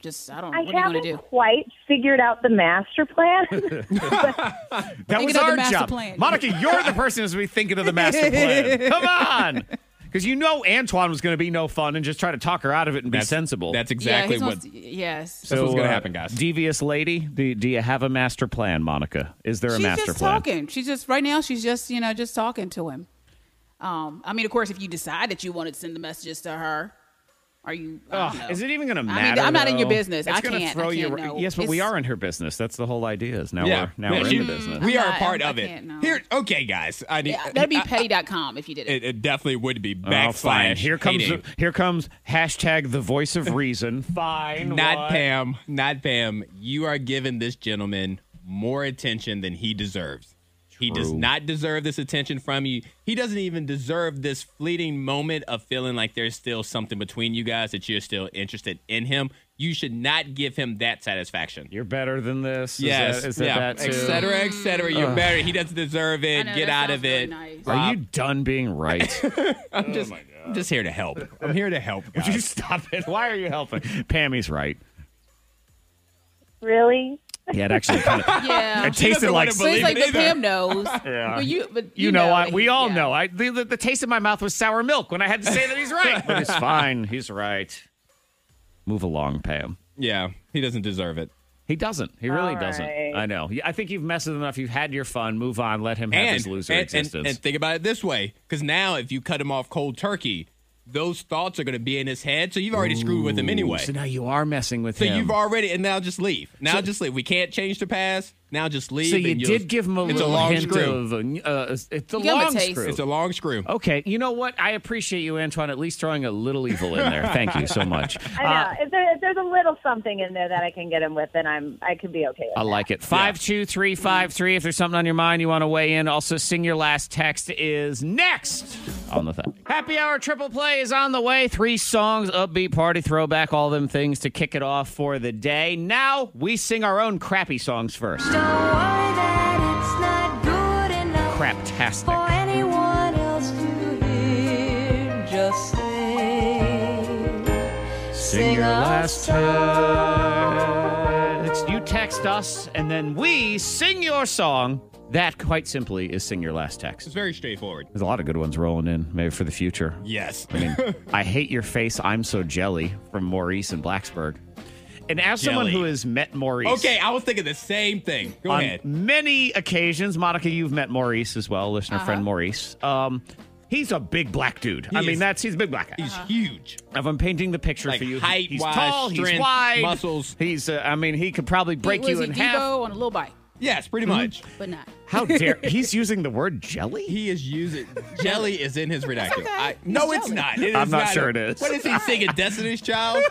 Speaker 5: just I don't know
Speaker 11: I
Speaker 5: what are you
Speaker 11: haven't
Speaker 5: going to do?
Speaker 11: quite figured out the master plan.
Speaker 1: That
Speaker 5: Thinking
Speaker 1: was
Speaker 5: of the
Speaker 1: our
Speaker 5: master
Speaker 1: job,
Speaker 5: plan.
Speaker 1: Monica. You're the person who's be thinking of the master plan. Come on. Because you know Antoine was going to be no fun and just try to talk her out of it and be sensible. That's
Speaker 5: yeah, he's wants- yes.
Speaker 1: So, uh, Devious lady, do, do you have a master plan, Monica? Is there a
Speaker 5: she's
Speaker 1: master
Speaker 5: just
Speaker 1: plan?
Speaker 5: talking. She's just right now. She's just you know just talking to him. Um, I mean, of course, if you decide that you want to send the messages to her, are you? I don't
Speaker 1: Ugh,
Speaker 5: know.
Speaker 1: is it even going to
Speaker 5: I mean,
Speaker 1: matter?
Speaker 5: I'm not in your
Speaker 1: though?
Speaker 5: business.
Speaker 1: It's
Speaker 5: I
Speaker 1: gonna
Speaker 5: can't- I
Speaker 1: Throw you.
Speaker 5: can't, no.
Speaker 1: Yes, but we
Speaker 5: It's-
Speaker 1: are in her business. That's the whole idea. Is now
Speaker 4: Yeah.
Speaker 1: we're now
Speaker 4: Yeah,
Speaker 1: we're
Speaker 4: she-
Speaker 1: in the business.
Speaker 4: We
Speaker 5: I'm
Speaker 4: are a
Speaker 5: not-
Speaker 4: part
Speaker 5: I
Speaker 4: of it.
Speaker 5: can't, no.
Speaker 4: Here, okay, guys. I need.
Speaker 5: Yeah, that'd be pay.com if you did it.
Speaker 4: it, it definitely would be
Speaker 1: Oh,
Speaker 4: backslash.
Speaker 1: fine. Here comes
Speaker 4: hating.
Speaker 1: here comes hashtag the voice of reason. fine.
Speaker 4: Not
Speaker 1: what?
Speaker 4: Pam. Not Pam. You are giving this gentleman more attention than he deserves. He does
Speaker 1: True.
Speaker 4: not deserve this attention from you. He doesn't even deserve this fleeting moment of feeling like there's still something between you guys that you're still interested in him. You should not give him that satisfaction.
Speaker 1: You're better than this. Is
Speaker 4: Yes.
Speaker 1: that- is that
Speaker 4: yeah.
Speaker 1: that
Speaker 4: Et
Speaker 1: too?
Speaker 4: cetera, et cetera. You're
Speaker 1: Ugh.
Speaker 4: better. He doesn't deserve it. Get out of it.
Speaker 1: Are you done being right?
Speaker 4: I'm just, I'm just here to help. I'm here to help.
Speaker 1: Oh Would you stop it? Why are you helping? Pammy's right.
Speaker 11: really?
Speaker 1: Yeah, it actually kind of.
Speaker 5: yeah,
Speaker 1: It tasted like.
Speaker 5: so it's like but Pam knows.
Speaker 1: Yeah.
Speaker 5: But you, but
Speaker 1: You,
Speaker 5: you
Speaker 1: know,
Speaker 5: know
Speaker 1: I, we all know. I the, the, the taste in my mouth was sour milk when I had to say that he's right. but it's fine. He's right. Move along, Pam.
Speaker 4: Yeah, he doesn't deserve it.
Speaker 1: He doesn't. He really
Speaker 4: All
Speaker 1: doesn't.
Speaker 4: right.
Speaker 1: I know. I think you've messed with him enough. You've had your fun. Move on. Let him have his loser existence.
Speaker 4: And, think about it this way, because now if you cut him off cold turkey, those thoughts are going to be in his head. So you've already screwed with him
Speaker 1: Ooh,
Speaker 4: anyway.
Speaker 1: So now you are messing with
Speaker 4: So
Speaker 1: him.
Speaker 4: you've already, and now just leave. Now
Speaker 1: So-
Speaker 4: just leave. We can't change the past. Now just leave.
Speaker 1: So you
Speaker 4: and you'll-
Speaker 1: did give him a
Speaker 4: it's
Speaker 1: little
Speaker 4: long
Speaker 1: hint
Speaker 4: screw.
Speaker 1: of Oh. a, uh, it's a
Speaker 5: You gave him a
Speaker 1: long
Speaker 5: taste.
Speaker 1: screw.
Speaker 4: It's a long screw.
Speaker 1: Okay, you know what? I appreciate you, Antoine, at least throwing a little evil in there. Thank you so much.
Speaker 11: I know.
Speaker 1: Uh,
Speaker 11: if, there, if there's a little something in there that I can get him with, then I'm I could be okay. With
Speaker 1: I like it. Five two three five three. If there's something on your mind you want to weigh in, also sing your last text is next on the thing. Happy hour triple play is on the way. Three songs, upbeat party, throwback, all them things to kick it off for the day. Now we sing our own crappy songs first. Craptastic.
Speaker 3: Anyone else to hear just sing.
Speaker 1: Sing your last text. You text us, and then we sing your song. That, quite simply, is sing your last text.
Speaker 4: It's very straightforward.
Speaker 1: There's a lot of good ones rolling in, maybe for the future.
Speaker 4: Yes.
Speaker 1: I mean, I hate your face. I'm so jelly from Maurice and Blacksburg. And as someone
Speaker 4: Jelly.
Speaker 1: who has met Maurice,
Speaker 4: Okay, I was thinking the same thing. Go
Speaker 1: on
Speaker 4: ahead.
Speaker 1: many occasions, Monica, you've met Maurice as well, listener
Speaker 4: Uh-huh.
Speaker 1: friend Maurice. Um, he's a big black dude.
Speaker 4: He
Speaker 1: I mean,
Speaker 4: is-
Speaker 1: that's he's a big black guy.
Speaker 4: He's huge.
Speaker 1: If I'm painting the picture
Speaker 4: Like
Speaker 1: for you,
Speaker 4: height
Speaker 1: he's
Speaker 4: wise,
Speaker 1: tall, he's
Speaker 4: strength,
Speaker 1: wide,
Speaker 4: muscles.
Speaker 1: He's, uh, I mean, he could probably break
Speaker 5: was
Speaker 1: you
Speaker 5: he
Speaker 1: in
Speaker 5: Debo
Speaker 1: half.
Speaker 5: on a little bike.
Speaker 4: Yes, pretty
Speaker 1: Mhm.
Speaker 4: much.
Speaker 5: but not.
Speaker 1: How dare he's using the word jelly?
Speaker 4: He is using jelly is in his vernacular. I, no, it's not. It is
Speaker 1: I'm not sure it is.
Speaker 4: What is he singing? Destiny's Child.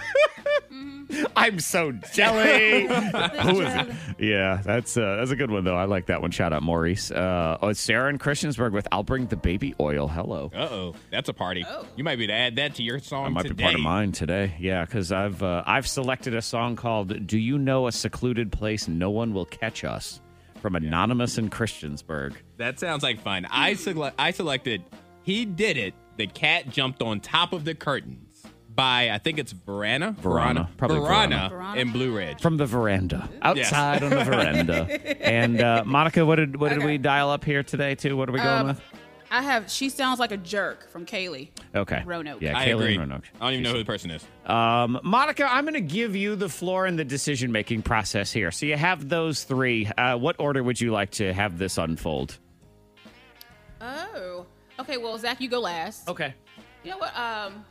Speaker 1: I'm so jelly. Who is it? Yeah, that's uh, that's a good one though. I like that one. Shout out Maurice. Uh, oh, it's Sarah and Christiansburg with "I'll Bring the Baby Oil." Hello.
Speaker 4: Uh oh, that's a party. You might be to add that to your song
Speaker 1: That might
Speaker 4: today.
Speaker 1: be part of mine today. Yeah, because I've uh, I've selected a song called "Do You Know a Secluded Place No One Will Catch Us" from Anonymous in Christiansburg.
Speaker 4: That sounds like fun. I sele- I selected. He did it. The cat jumped on top of the curtains by I think it's Verana.
Speaker 1: Verana. Probably
Speaker 4: Verana,
Speaker 1: Verana.
Speaker 4: in Blue Ridge.
Speaker 1: From the veranda, outside on the veranda. And uh, Monica, what did what did we dial up here today? Too? What are we going
Speaker 5: Uh,
Speaker 1: with?
Speaker 5: I have. She sounds like a jerk from Kaylee.
Speaker 1: Okay.
Speaker 5: Roanoke.
Speaker 1: Yeah,
Speaker 4: I
Speaker 1: Kaylee
Speaker 4: agree.
Speaker 1: Roanoke.
Speaker 4: I don't even know who the person is.
Speaker 1: Um, Monica, I'm going to give you the floor in the decision making process here. So you have those three. Uh, what order would you like to have this unfold?
Speaker 5: Oh. Okay. Well, Zach, you go last.
Speaker 1: Okay.
Speaker 5: You know what? Um,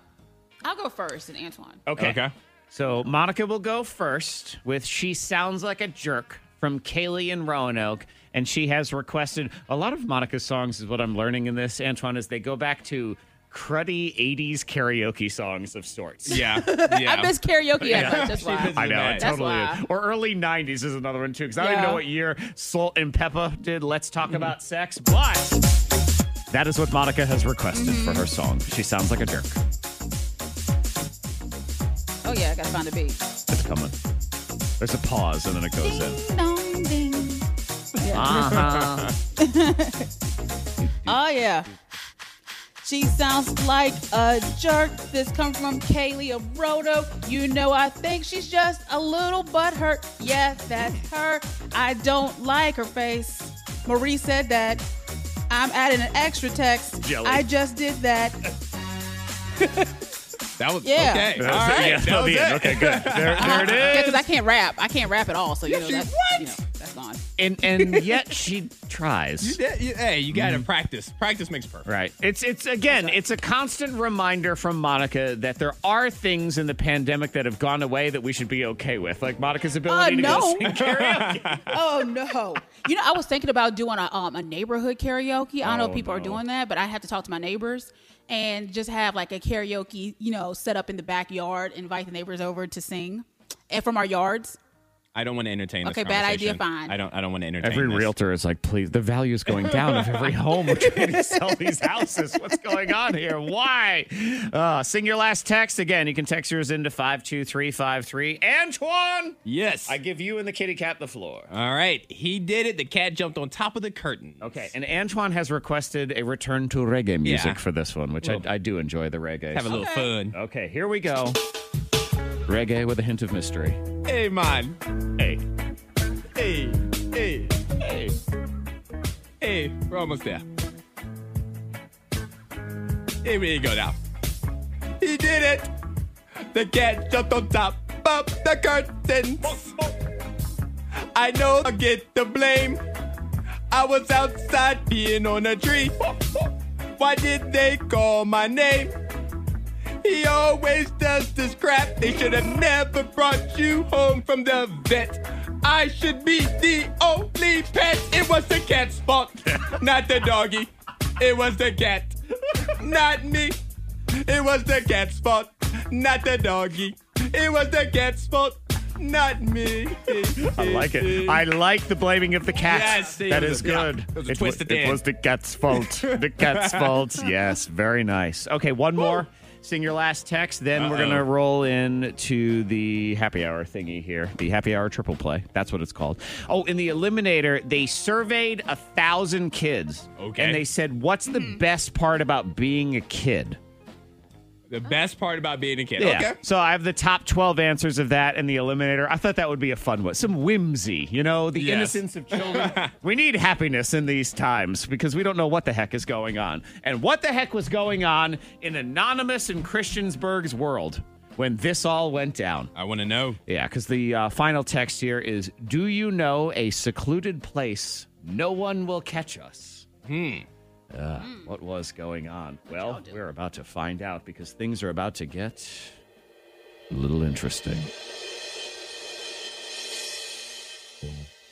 Speaker 5: I'll go first, and Antoine.
Speaker 1: Okay. So Monica will go first with She Sounds Like a Jerk from Kaylee and Roanoke. And she has requested a lot of Monica's songs, is what I'm learning in this, Antoine, is they go back to cruddy 80s karaoke songs of sorts.
Speaker 4: Yeah.
Speaker 5: I miss karaoke.
Speaker 1: Yeah.
Speaker 5: Yeah. That's why.
Speaker 1: I know, it
Speaker 5: That's
Speaker 1: totally
Speaker 5: why.
Speaker 1: is. Or early 90s is another one, too, because I don't even
Speaker 5: Yeah.
Speaker 1: know what year Salt and Peppa did Let's Talk About Sex, but that is what Monica has requested for her song. She sounds like a jerk.
Speaker 5: Oh yeah, I gotta find a beat.
Speaker 1: It's coming. There's a pause and then it goes in.
Speaker 5: Dong, ding. Yeah.
Speaker 1: Uh-huh.
Speaker 5: oh yeah. She sounds like a jerk. This comes from Kaylee of Roto. You know, I think she's just a little butthurt. Yeah, that's her. I don't like her face. Marie said that. I'm adding an extra text.
Speaker 4: Jelly.
Speaker 5: I just did that.
Speaker 4: That was
Speaker 5: Yeah.
Speaker 4: okay.
Speaker 5: That was
Speaker 4: All
Speaker 5: it.
Speaker 4: right.
Speaker 5: Yeah,
Speaker 4: that
Speaker 1: that was
Speaker 4: was
Speaker 1: the
Speaker 4: it.
Speaker 1: end. Okay, good. There- there it
Speaker 5: Yeah, because
Speaker 1: is.
Speaker 5: I can't rap. I can't rap at all. So you know that's
Speaker 4: what?
Speaker 5: you know, that's gone.
Speaker 1: And and yet she tries.
Speaker 4: You did- you- hey, you gotta practice. Practice makes perfect.
Speaker 1: Mm-hmm. Right. It's it's again, it's a constant reminder from Monica that there are things in the pandemic that have gone away that we should be okay with. Like Monica's ability to go
Speaker 5: Uh, no.
Speaker 1: sing karaoke.
Speaker 5: oh no! You know, I was thinking about doing a um, a neighborhood karaoke. I don't know
Speaker 1: Oh,
Speaker 5: if people are
Speaker 1: no.
Speaker 5: doing that, but I have to talk to my neighbors and just have like a karaoke, you know, set up in the backyard. Invite the neighbors over to sing, and from our yards.
Speaker 4: I don't want to entertain this
Speaker 5: Okay, bad idea,
Speaker 4: conversation.
Speaker 5: fine.
Speaker 4: I don't I don't want to entertain
Speaker 1: Every
Speaker 4: this.
Speaker 1: realtor is like, please, the value is going down of every home. We're trying to sell these houses. What's going on here? Why? Uh, sing your last text again. You can text yours into 52353. Antoine!
Speaker 4: Yes.
Speaker 1: I give you and the kitty cat the floor.
Speaker 4: All right. He did it. The cat jumped on top of the curtain.
Speaker 1: Okay, and Antoine has requested a return to reggae music
Speaker 4: Yeah.
Speaker 1: for this one, which I,
Speaker 4: Well,
Speaker 1: I do enjoy the reggae.
Speaker 4: Have a little fun.
Speaker 1: Okay, here we go. Reggae with a hint of mystery.
Speaker 4: Hey man.
Speaker 1: Hey,
Speaker 4: Hey. Hey.
Speaker 1: hey.
Speaker 4: Hey. We're almost there. Here we go now. He did it. The cat jumped on top of the curtain. I know I get the blame. I was outside peeing on a tree. Why did they call my name? He always does this crap. They should have never brought you home from the vet. I should be the only pet. It was the cat's fault, not the doggy. It was the cat, not me. It was the cat's fault, not the doggy. It was the cat's fault, not me.
Speaker 1: I like it. I like the blaming of the cat.
Speaker 4: Yes, it
Speaker 1: that
Speaker 4: was
Speaker 1: is
Speaker 4: a- yeah,
Speaker 1: good.
Speaker 4: it was a
Speaker 1: It
Speaker 4: twist
Speaker 1: wa-
Speaker 4: at the
Speaker 1: it
Speaker 4: end.
Speaker 1: was the cat's fault. The cat's fault. Yes, very nice. Okay, one more. Sing your last text, then we're
Speaker 4: Uh-oh.
Speaker 1: gonna roll in to the happy hour thingy here. The happy hour triple play. That's what it's called. Oh, in the eliminator, they surveyed a thousand kids.
Speaker 4: Okay. Hmm.
Speaker 1: And they said, "What's the best part about being a kid?"
Speaker 4: The best part about being a kid.
Speaker 1: Yeah. So I have the top 12 answers of that and the eliminator. I thought that would be a fun one. Some whimsy, you know, the
Speaker 4: Yes.
Speaker 1: innocence of children. we need happiness in these times because we don't know what the heck is going on. And what the heck was going on in Anonymous and Christiansburg's world when this all went down?
Speaker 4: I want to know.
Speaker 1: Yeah, because the uh, final text here is Do you know a secluded place no one will catch us? Hmm. Uh, What was going on? Well, we're about to find out because things are about to get a little interesting.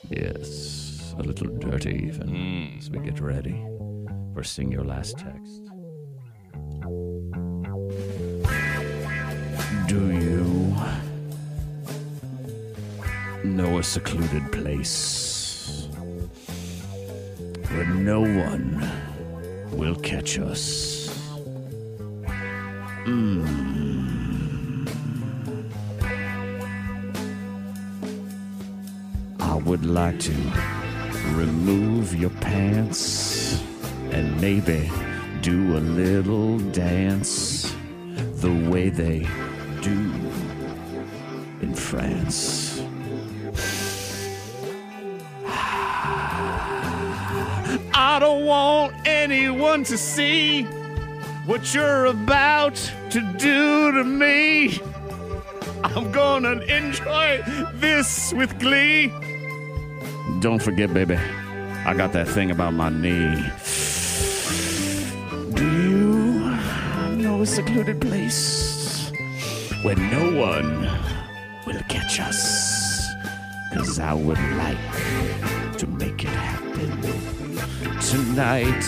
Speaker 1: Yes, a little dirty even as we get ready for Sing Your Last Text. Do you know a secluded place where no one will catch us. Hmm. Mm. I would like to remove your pants and maybe do a little dance the way they do in France. I I don't want anyone to see what you're about to do to me. I'm gonna enjoy this with glee. Don't forget, baby, I got that thing about my knee. Do you know a secluded place where no one will catch us? Cause I would like to make it happen tonight.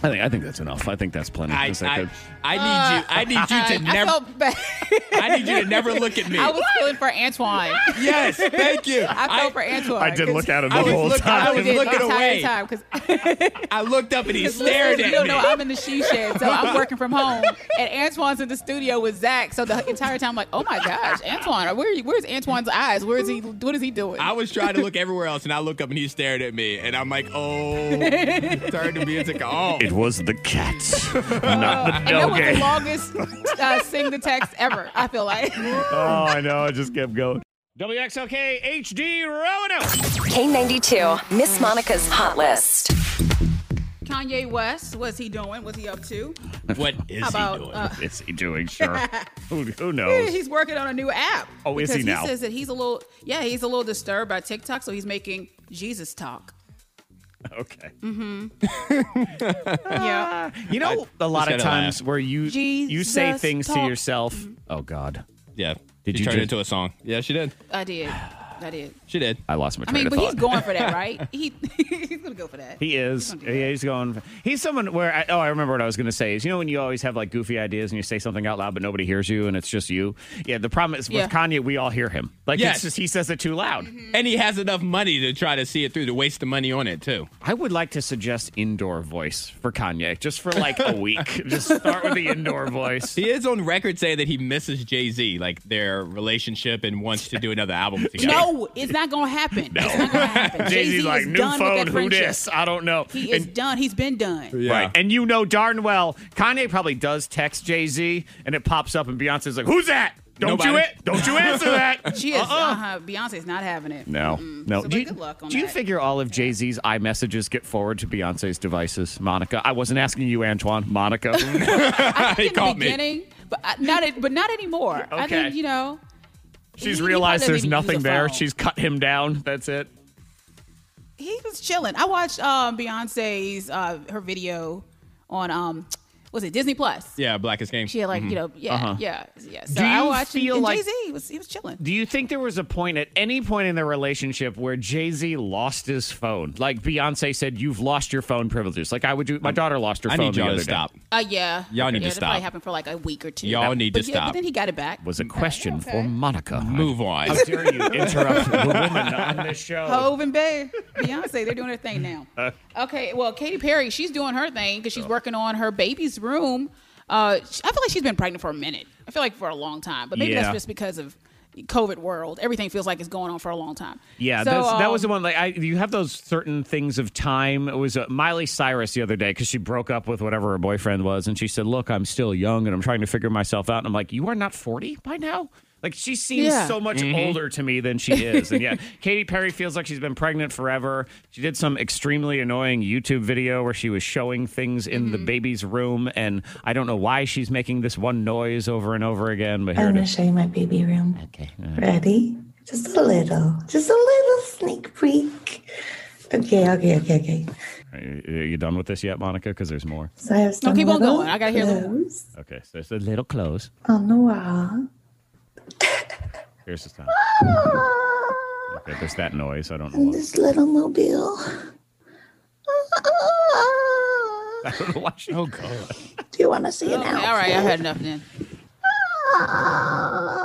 Speaker 1: I think I think that's enough. I think that's plenty.
Speaker 4: I,
Speaker 1: 'Cause that
Speaker 4: I,
Speaker 1: could-
Speaker 4: I need you. I need you to
Speaker 5: I
Speaker 4: never.
Speaker 5: felt bad.
Speaker 4: I need you to never look at me.
Speaker 5: I was feeling for Antoine.
Speaker 4: Yes, thank you.
Speaker 5: I felt for Antoine.
Speaker 1: I did look at him the
Speaker 4: I was
Speaker 1: whole
Speaker 4: looking-
Speaker 1: time.
Speaker 4: I was
Speaker 5: did
Speaker 4: looking
Speaker 5: the entire
Speaker 4: away.
Speaker 5: time because
Speaker 4: I looked up and he
Speaker 5: Because
Speaker 4: stared at
Speaker 5: listeners, you don't
Speaker 4: me.
Speaker 5: know I'm in the she shed, so I'm working from home, and Antoine's in the studio with Zach. So the entire time, I'm like, oh my gosh, Antoine, where are you, where's Antoine's eyes? Where is he? What is he doing?
Speaker 4: I was trying to look everywhere else, and I look up and he stared at me, and I'm like, "Oh!" He turned to me and took oh. off.
Speaker 1: It was the cat, not the
Speaker 5: and that was the
Speaker 1: doggy.
Speaker 5: longest uh, sing the text ever. I feel like.
Speaker 1: Oh, I know. I just kept going. WXLK HD Roanoke.
Speaker 2: K92, Miss Monica's Hot List.
Speaker 5: Kanye West, what's he doing? What's he up to?
Speaker 4: What is
Speaker 5: How about, uh,
Speaker 1: What is he doing? E Sure. who, who knows?
Speaker 5: He's working on a new app.
Speaker 1: Oh, is he
Speaker 5: because
Speaker 1: now?
Speaker 5: He says that he's a little, yeah, he's a little disturbed by TikTok, so he's making Jesus talk.
Speaker 1: Okay.
Speaker 5: yeah.
Speaker 1: Mm-hmm. You know, a lot of
Speaker 4: gotta
Speaker 1: times where you you say
Speaker 5: Jesus
Speaker 1: things to
Speaker 5: talk.
Speaker 1: yourself. Oh God,
Speaker 4: Yeah.
Speaker 1: Did
Speaker 4: she
Speaker 1: you
Speaker 4: turn
Speaker 1: just-
Speaker 4: it into a song? Yeah, she did.
Speaker 5: I did. I did.
Speaker 4: She did.
Speaker 1: I lost my
Speaker 5: I
Speaker 1: train
Speaker 5: mean,
Speaker 1: of
Speaker 5: but he's
Speaker 1: thought.
Speaker 5: going for that, right? He he's gonna go for that.
Speaker 1: He is. Yeah, he's going. He's someone where. I, oh, I remember what I was going to say. Is you know when you always have like goofy ideas and you say something out loud, but nobody hears you, and it's just you. Yeah. The problem is with
Speaker 5: Yeah.
Speaker 1: Kanye, we all hear him. Like
Speaker 4: Yes.
Speaker 1: it's just he says it too loud.
Speaker 4: And he has enough money to try to see it through, to waste the money on it too.
Speaker 1: I would like to suggest indoor voice for Kanye, just for like a week. Just start with the indoor voice.
Speaker 4: He is on record saying that he misses Jay Z, like their relationship, and wants to do another album together.
Speaker 5: No, it's not gonna happen. It's not gonna happen.
Speaker 1: Jay
Speaker 5: Jay-Z
Speaker 1: Z's
Speaker 5: is
Speaker 1: like new
Speaker 5: done with
Speaker 1: phone,
Speaker 5: that
Speaker 1: who
Speaker 5: friendship.
Speaker 1: dis? I don't know.
Speaker 5: He is
Speaker 1: And-
Speaker 5: done. He's been done.
Speaker 4: Yeah.
Speaker 1: Right. And you know darn well Kanye probably does text Jay Z and it pops up and Beyonce's like, Who's that? Don't you
Speaker 4: Nobody.
Speaker 1: it don't you answer that.
Speaker 5: She is. uh Beyonce's not having it.
Speaker 1: No. No.
Speaker 5: So, but
Speaker 1: do you,
Speaker 5: good luck on
Speaker 1: do you
Speaker 5: that.
Speaker 1: figure all of Jay Z's iMessages get forward to Beyonce's devices, Monica? I wasn't asking you, Antoine. Monica.
Speaker 5: I
Speaker 4: He
Speaker 5: think in the
Speaker 4: caught me.
Speaker 5: beginning, but I- not it, but not anymore. I
Speaker 1: Okay.
Speaker 5: think you know.
Speaker 1: She's
Speaker 5: he- he
Speaker 1: realized
Speaker 5: probably
Speaker 1: there's
Speaker 5: didn't use
Speaker 1: nothing
Speaker 5: a
Speaker 1: there.
Speaker 5: phone.
Speaker 1: She's cut him down. That's it.
Speaker 5: he was chilling. I watched um, Beyonce's uh, her video on um, was it Disney Plus?
Speaker 4: Yeah, blackest game.
Speaker 5: She had like you know yeah yeah yeah. So
Speaker 1: Do
Speaker 5: I
Speaker 1: you
Speaker 5: watched it,
Speaker 1: feel
Speaker 5: and
Speaker 1: like-
Speaker 5: Jay Z was he was chilling.
Speaker 1: Do you think there was a point at any point in their relationship where Jay Z lost his phone? Like Beyonce said, you've lost your phone privileges. Like I would do. My daughter lost her
Speaker 4: I
Speaker 1: phone
Speaker 4: need
Speaker 1: the
Speaker 4: y'all
Speaker 1: other
Speaker 4: to
Speaker 1: day.
Speaker 4: stop.
Speaker 5: Uh, yeah.
Speaker 4: Y'all need
Speaker 5: yeah,
Speaker 4: to
Speaker 5: That probably
Speaker 4: stop.
Speaker 5: happened for like a week or two.
Speaker 4: Y'all need
Speaker 5: But
Speaker 4: to
Speaker 5: yeah, but
Speaker 4: stop.
Speaker 5: then he got it back.
Speaker 1: Was a question for Monica.
Speaker 4: Move on.
Speaker 1: How dare you interrupt the woman on this show?
Speaker 5: Hove and Bay, Beyonce, they're doing their thing
Speaker 1: Uh.
Speaker 5: now. Okay, well, Katy Perry, she's doing her thing because she's
Speaker 1: Oh.
Speaker 5: working on her baby's room. Uh, sh- I feel like she's been pregnant for a minute. I feel like for a long time, but maybe
Speaker 1: Yeah.
Speaker 5: that's just because of COVID world. Everything feels like it's going on for a long time.
Speaker 1: Yeah,
Speaker 5: So,
Speaker 1: that's, that was the
Speaker 5: um,
Speaker 1: one. Like, I, you have those certain things of time. It was uh, Miley Cyrus the other day because she broke up with whatever her boyfriend was, and she said, "Look, I'm still young, and I'm trying to figure myself out." And I'm like, "You are not 40 by now." Like, she seems
Speaker 5: Yeah.
Speaker 1: so much older to me than she is. And yeah, Katy Perry feels like she's been pregnant forever. She did some extremely annoying YouTube video where she was showing things in
Speaker 5: Mm-hmm.
Speaker 1: the baby's room, and I don't know why she's making this one noise over and over again. But here
Speaker 12: I'm
Speaker 5: Oh,
Speaker 1: it
Speaker 12: going
Speaker 1: is.
Speaker 12: to show you my baby room.
Speaker 1: Okay.
Speaker 12: Ready? Just a little, just a little sneak peek. Okay, okay, okay, okay.
Speaker 1: Are you, are you done with this yet, Monica? Because there's more.
Speaker 12: So I have
Speaker 5: No,
Speaker 12: some
Speaker 5: keep on
Speaker 12: little
Speaker 5: going. I gotta hear the more.
Speaker 12: clothes
Speaker 1: Okay, so it's a little close.
Speaker 12: on the wall.
Speaker 1: Here's the sound. Okay, there's that noise. I don't know.
Speaker 12: And
Speaker 1: Why.
Speaker 12: this little mobile.
Speaker 1: I don't know why she. Oh
Speaker 4: God.
Speaker 12: Do you want to see it
Speaker 5: Okay,
Speaker 12: now?
Speaker 5: oh, all right, I've had enough then.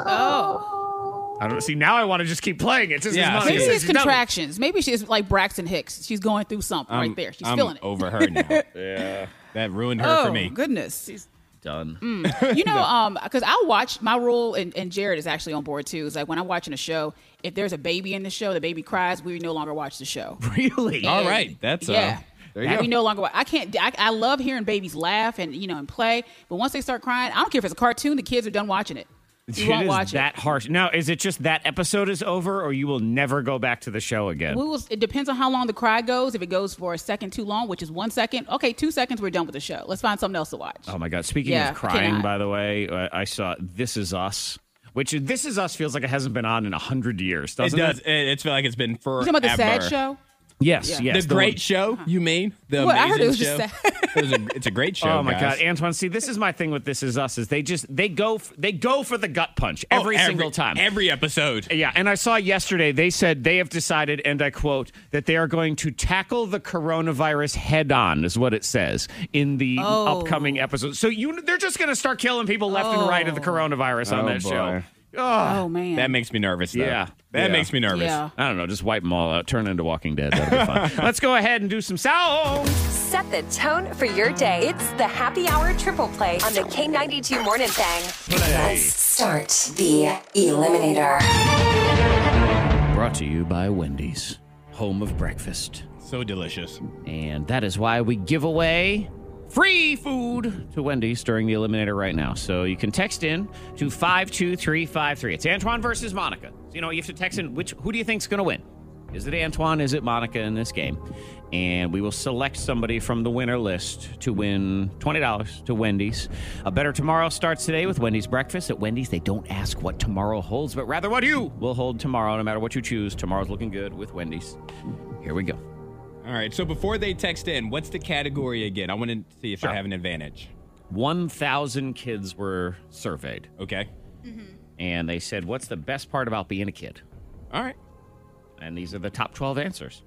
Speaker 5: Oh,
Speaker 1: I don't see. Now I want to just keep playing it. Just as
Speaker 4: Yeah, I
Speaker 1: much
Speaker 5: maybe
Speaker 4: see
Speaker 1: as
Speaker 4: it.
Speaker 5: it's contractions. Maybe she's like Braxton Hicks. She's going through something
Speaker 4: I'm-
Speaker 5: right there. She's
Speaker 4: I'm
Speaker 5: feeling it.
Speaker 4: over her now. yeah, that ruined her
Speaker 5: oh
Speaker 4: for me.
Speaker 5: goodness.
Speaker 1: done.
Speaker 5: You know, um, because I watch my rule, and, and Jared is actually on board too. Is like when I'm watching a show, if there's a baby in the show, the baby cries, we no longer watch the show.
Speaker 1: Really?
Speaker 4: All right, that's uh,
Speaker 5: yeah.
Speaker 4: There you
Speaker 5: That
Speaker 4: go.
Speaker 5: we no longer. wa- I can't. I, I love hearing babies laugh and you know and play, but once they start crying, I don't care if it's a cartoon. The kids are done watching it. You won't
Speaker 1: is
Speaker 5: watch it.
Speaker 1: that harsh. Now, is it just that episode is over, or you will never go back to the show again?
Speaker 5: We will, it depends on how long the cry goes. If it goes for a second too long, which is one second, okay, two seconds, we're done with the show. Let's find something else to watch.
Speaker 1: Oh my god! Speaking
Speaker 5: Yeah,
Speaker 1: of crying,
Speaker 5: cannot.
Speaker 1: by the way, uh, I saw "This Is Us," which "This Is Us" feels like it hasn't been on in a hundred years.
Speaker 4: It
Speaker 1: Doesn't it?
Speaker 4: does. It, it's feel like it's been
Speaker 5: You
Speaker 4: forever.
Speaker 5: talking about the sad show?
Speaker 1: Yes,
Speaker 5: Yeah.
Speaker 1: yes.
Speaker 4: the
Speaker 1: the
Speaker 4: great
Speaker 1: one-
Speaker 4: show. You mean the
Speaker 5: Well, I heard it
Speaker 4: amazing
Speaker 5: was
Speaker 4: show?
Speaker 5: just
Speaker 4: It was a, it's a great show.
Speaker 1: Oh my
Speaker 4: guys.
Speaker 1: god, Antoine! See, this is my thing with "This Is Us" is they just they go f- they go for the gut punch
Speaker 4: Oh,
Speaker 1: every, single time.
Speaker 4: Every episode.
Speaker 1: Yeah, and I saw yesterday they said they have decided, and I quote, that they are going to tackle the coronavirus head on, is what it says in the
Speaker 5: Oh.
Speaker 1: upcoming episode. So you, they're just going to start killing people left and right of the coronavirus on
Speaker 4: Oh,
Speaker 1: that show.
Speaker 4: boy.
Speaker 5: Oh, man.
Speaker 4: That makes me nervous. Though.
Speaker 1: Yeah,
Speaker 4: That
Speaker 1: yeah.
Speaker 4: makes me nervous.
Speaker 5: Yeah.
Speaker 1: I don't know. Just wipe them all out. Turn into Walking Dead. That'll be fun. Let's go ahead and do some sounds.
Speaker 2: Set the tone for your day. It's the Happy Hour Triple Play on the K92 Morning Thing. Let's start the Eliminator.
Speaker 1: Brought to you by Wendy's, home of breakfast.
Speaker 4: So delicious.
Speaker 1: And that is why we give away free food to Wendy's during the Eliminator right now. So you can text in to 52353. It's Antoine versus Monica. So, you know, you have to text in which who do you think's going to win? Is it Antoine? Is it Monica in this game? And we will select somebody from the winner list to win $20 to Wendy's. A Better Tomorrow starts today with Wendy's breakfast. At Wendy's, they don't ask what tomorrow holds, but rather what you will hold tomorrow, no matter what you choose. Tomorrow's looking good with Wendy's. Here we go.
Speaker 4: All right. So before they text in, what's the category again? I want to see if I have an advantage.
Speaker 1: 1,000 kids were surveyed,
Speaker 4: Okay.
Speaker 1: and they said, What's the best part about being a kid?
Speaker 4: All right.
Speaker 1: And these are the top 12 answers.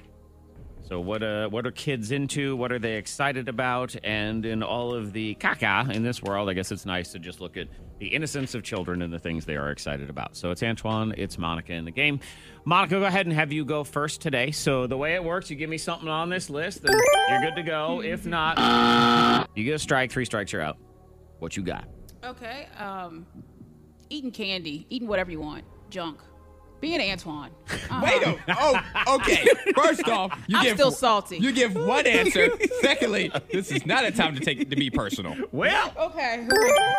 Speaker 1: So, what, uh, what are kids into? What are they excited about? And in all of the caca in this world, I guess it's nice to just look at the innocence of children and the things they are excited about. So, it's Antoine, it's Monica in the game. Monica, go ahead and have you go first today. So, the way it works, you give me something on this list, then you're good to go. If not, you get a strike, three strikes, you're out. What you got?
Speaker 5: Okay. Um, eating candy, eating whatever you want, junk. Being Antoine.
Speaker 4: Wait a Oh, okay. First off, you
Speaker 5: I'm
Speaker 4: give
Speaker 5: still salty.
Speaker 4: You give one answer. Secondly, this is not a time to take to be personal.
Speaker 1: Well,
Speaker 5: Okay.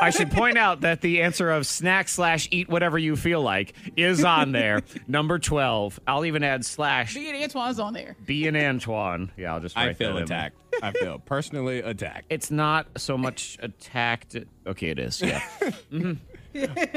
Speaker 1: I should point out that the answer of snack slash eat whatever you feel like is on there. Number 12. I'll even add slash
Speaker 5: Being Antoine's on there.
Speaker 1: be an Antoine. Yeah, I'll just write
Speaker 4: I feel
Speaker 1: that in.
Speaker 4: attacked. I feel personally attacked.
Speaker 1: It's not so much attacked. Okay, it is. Yeah. Mhm.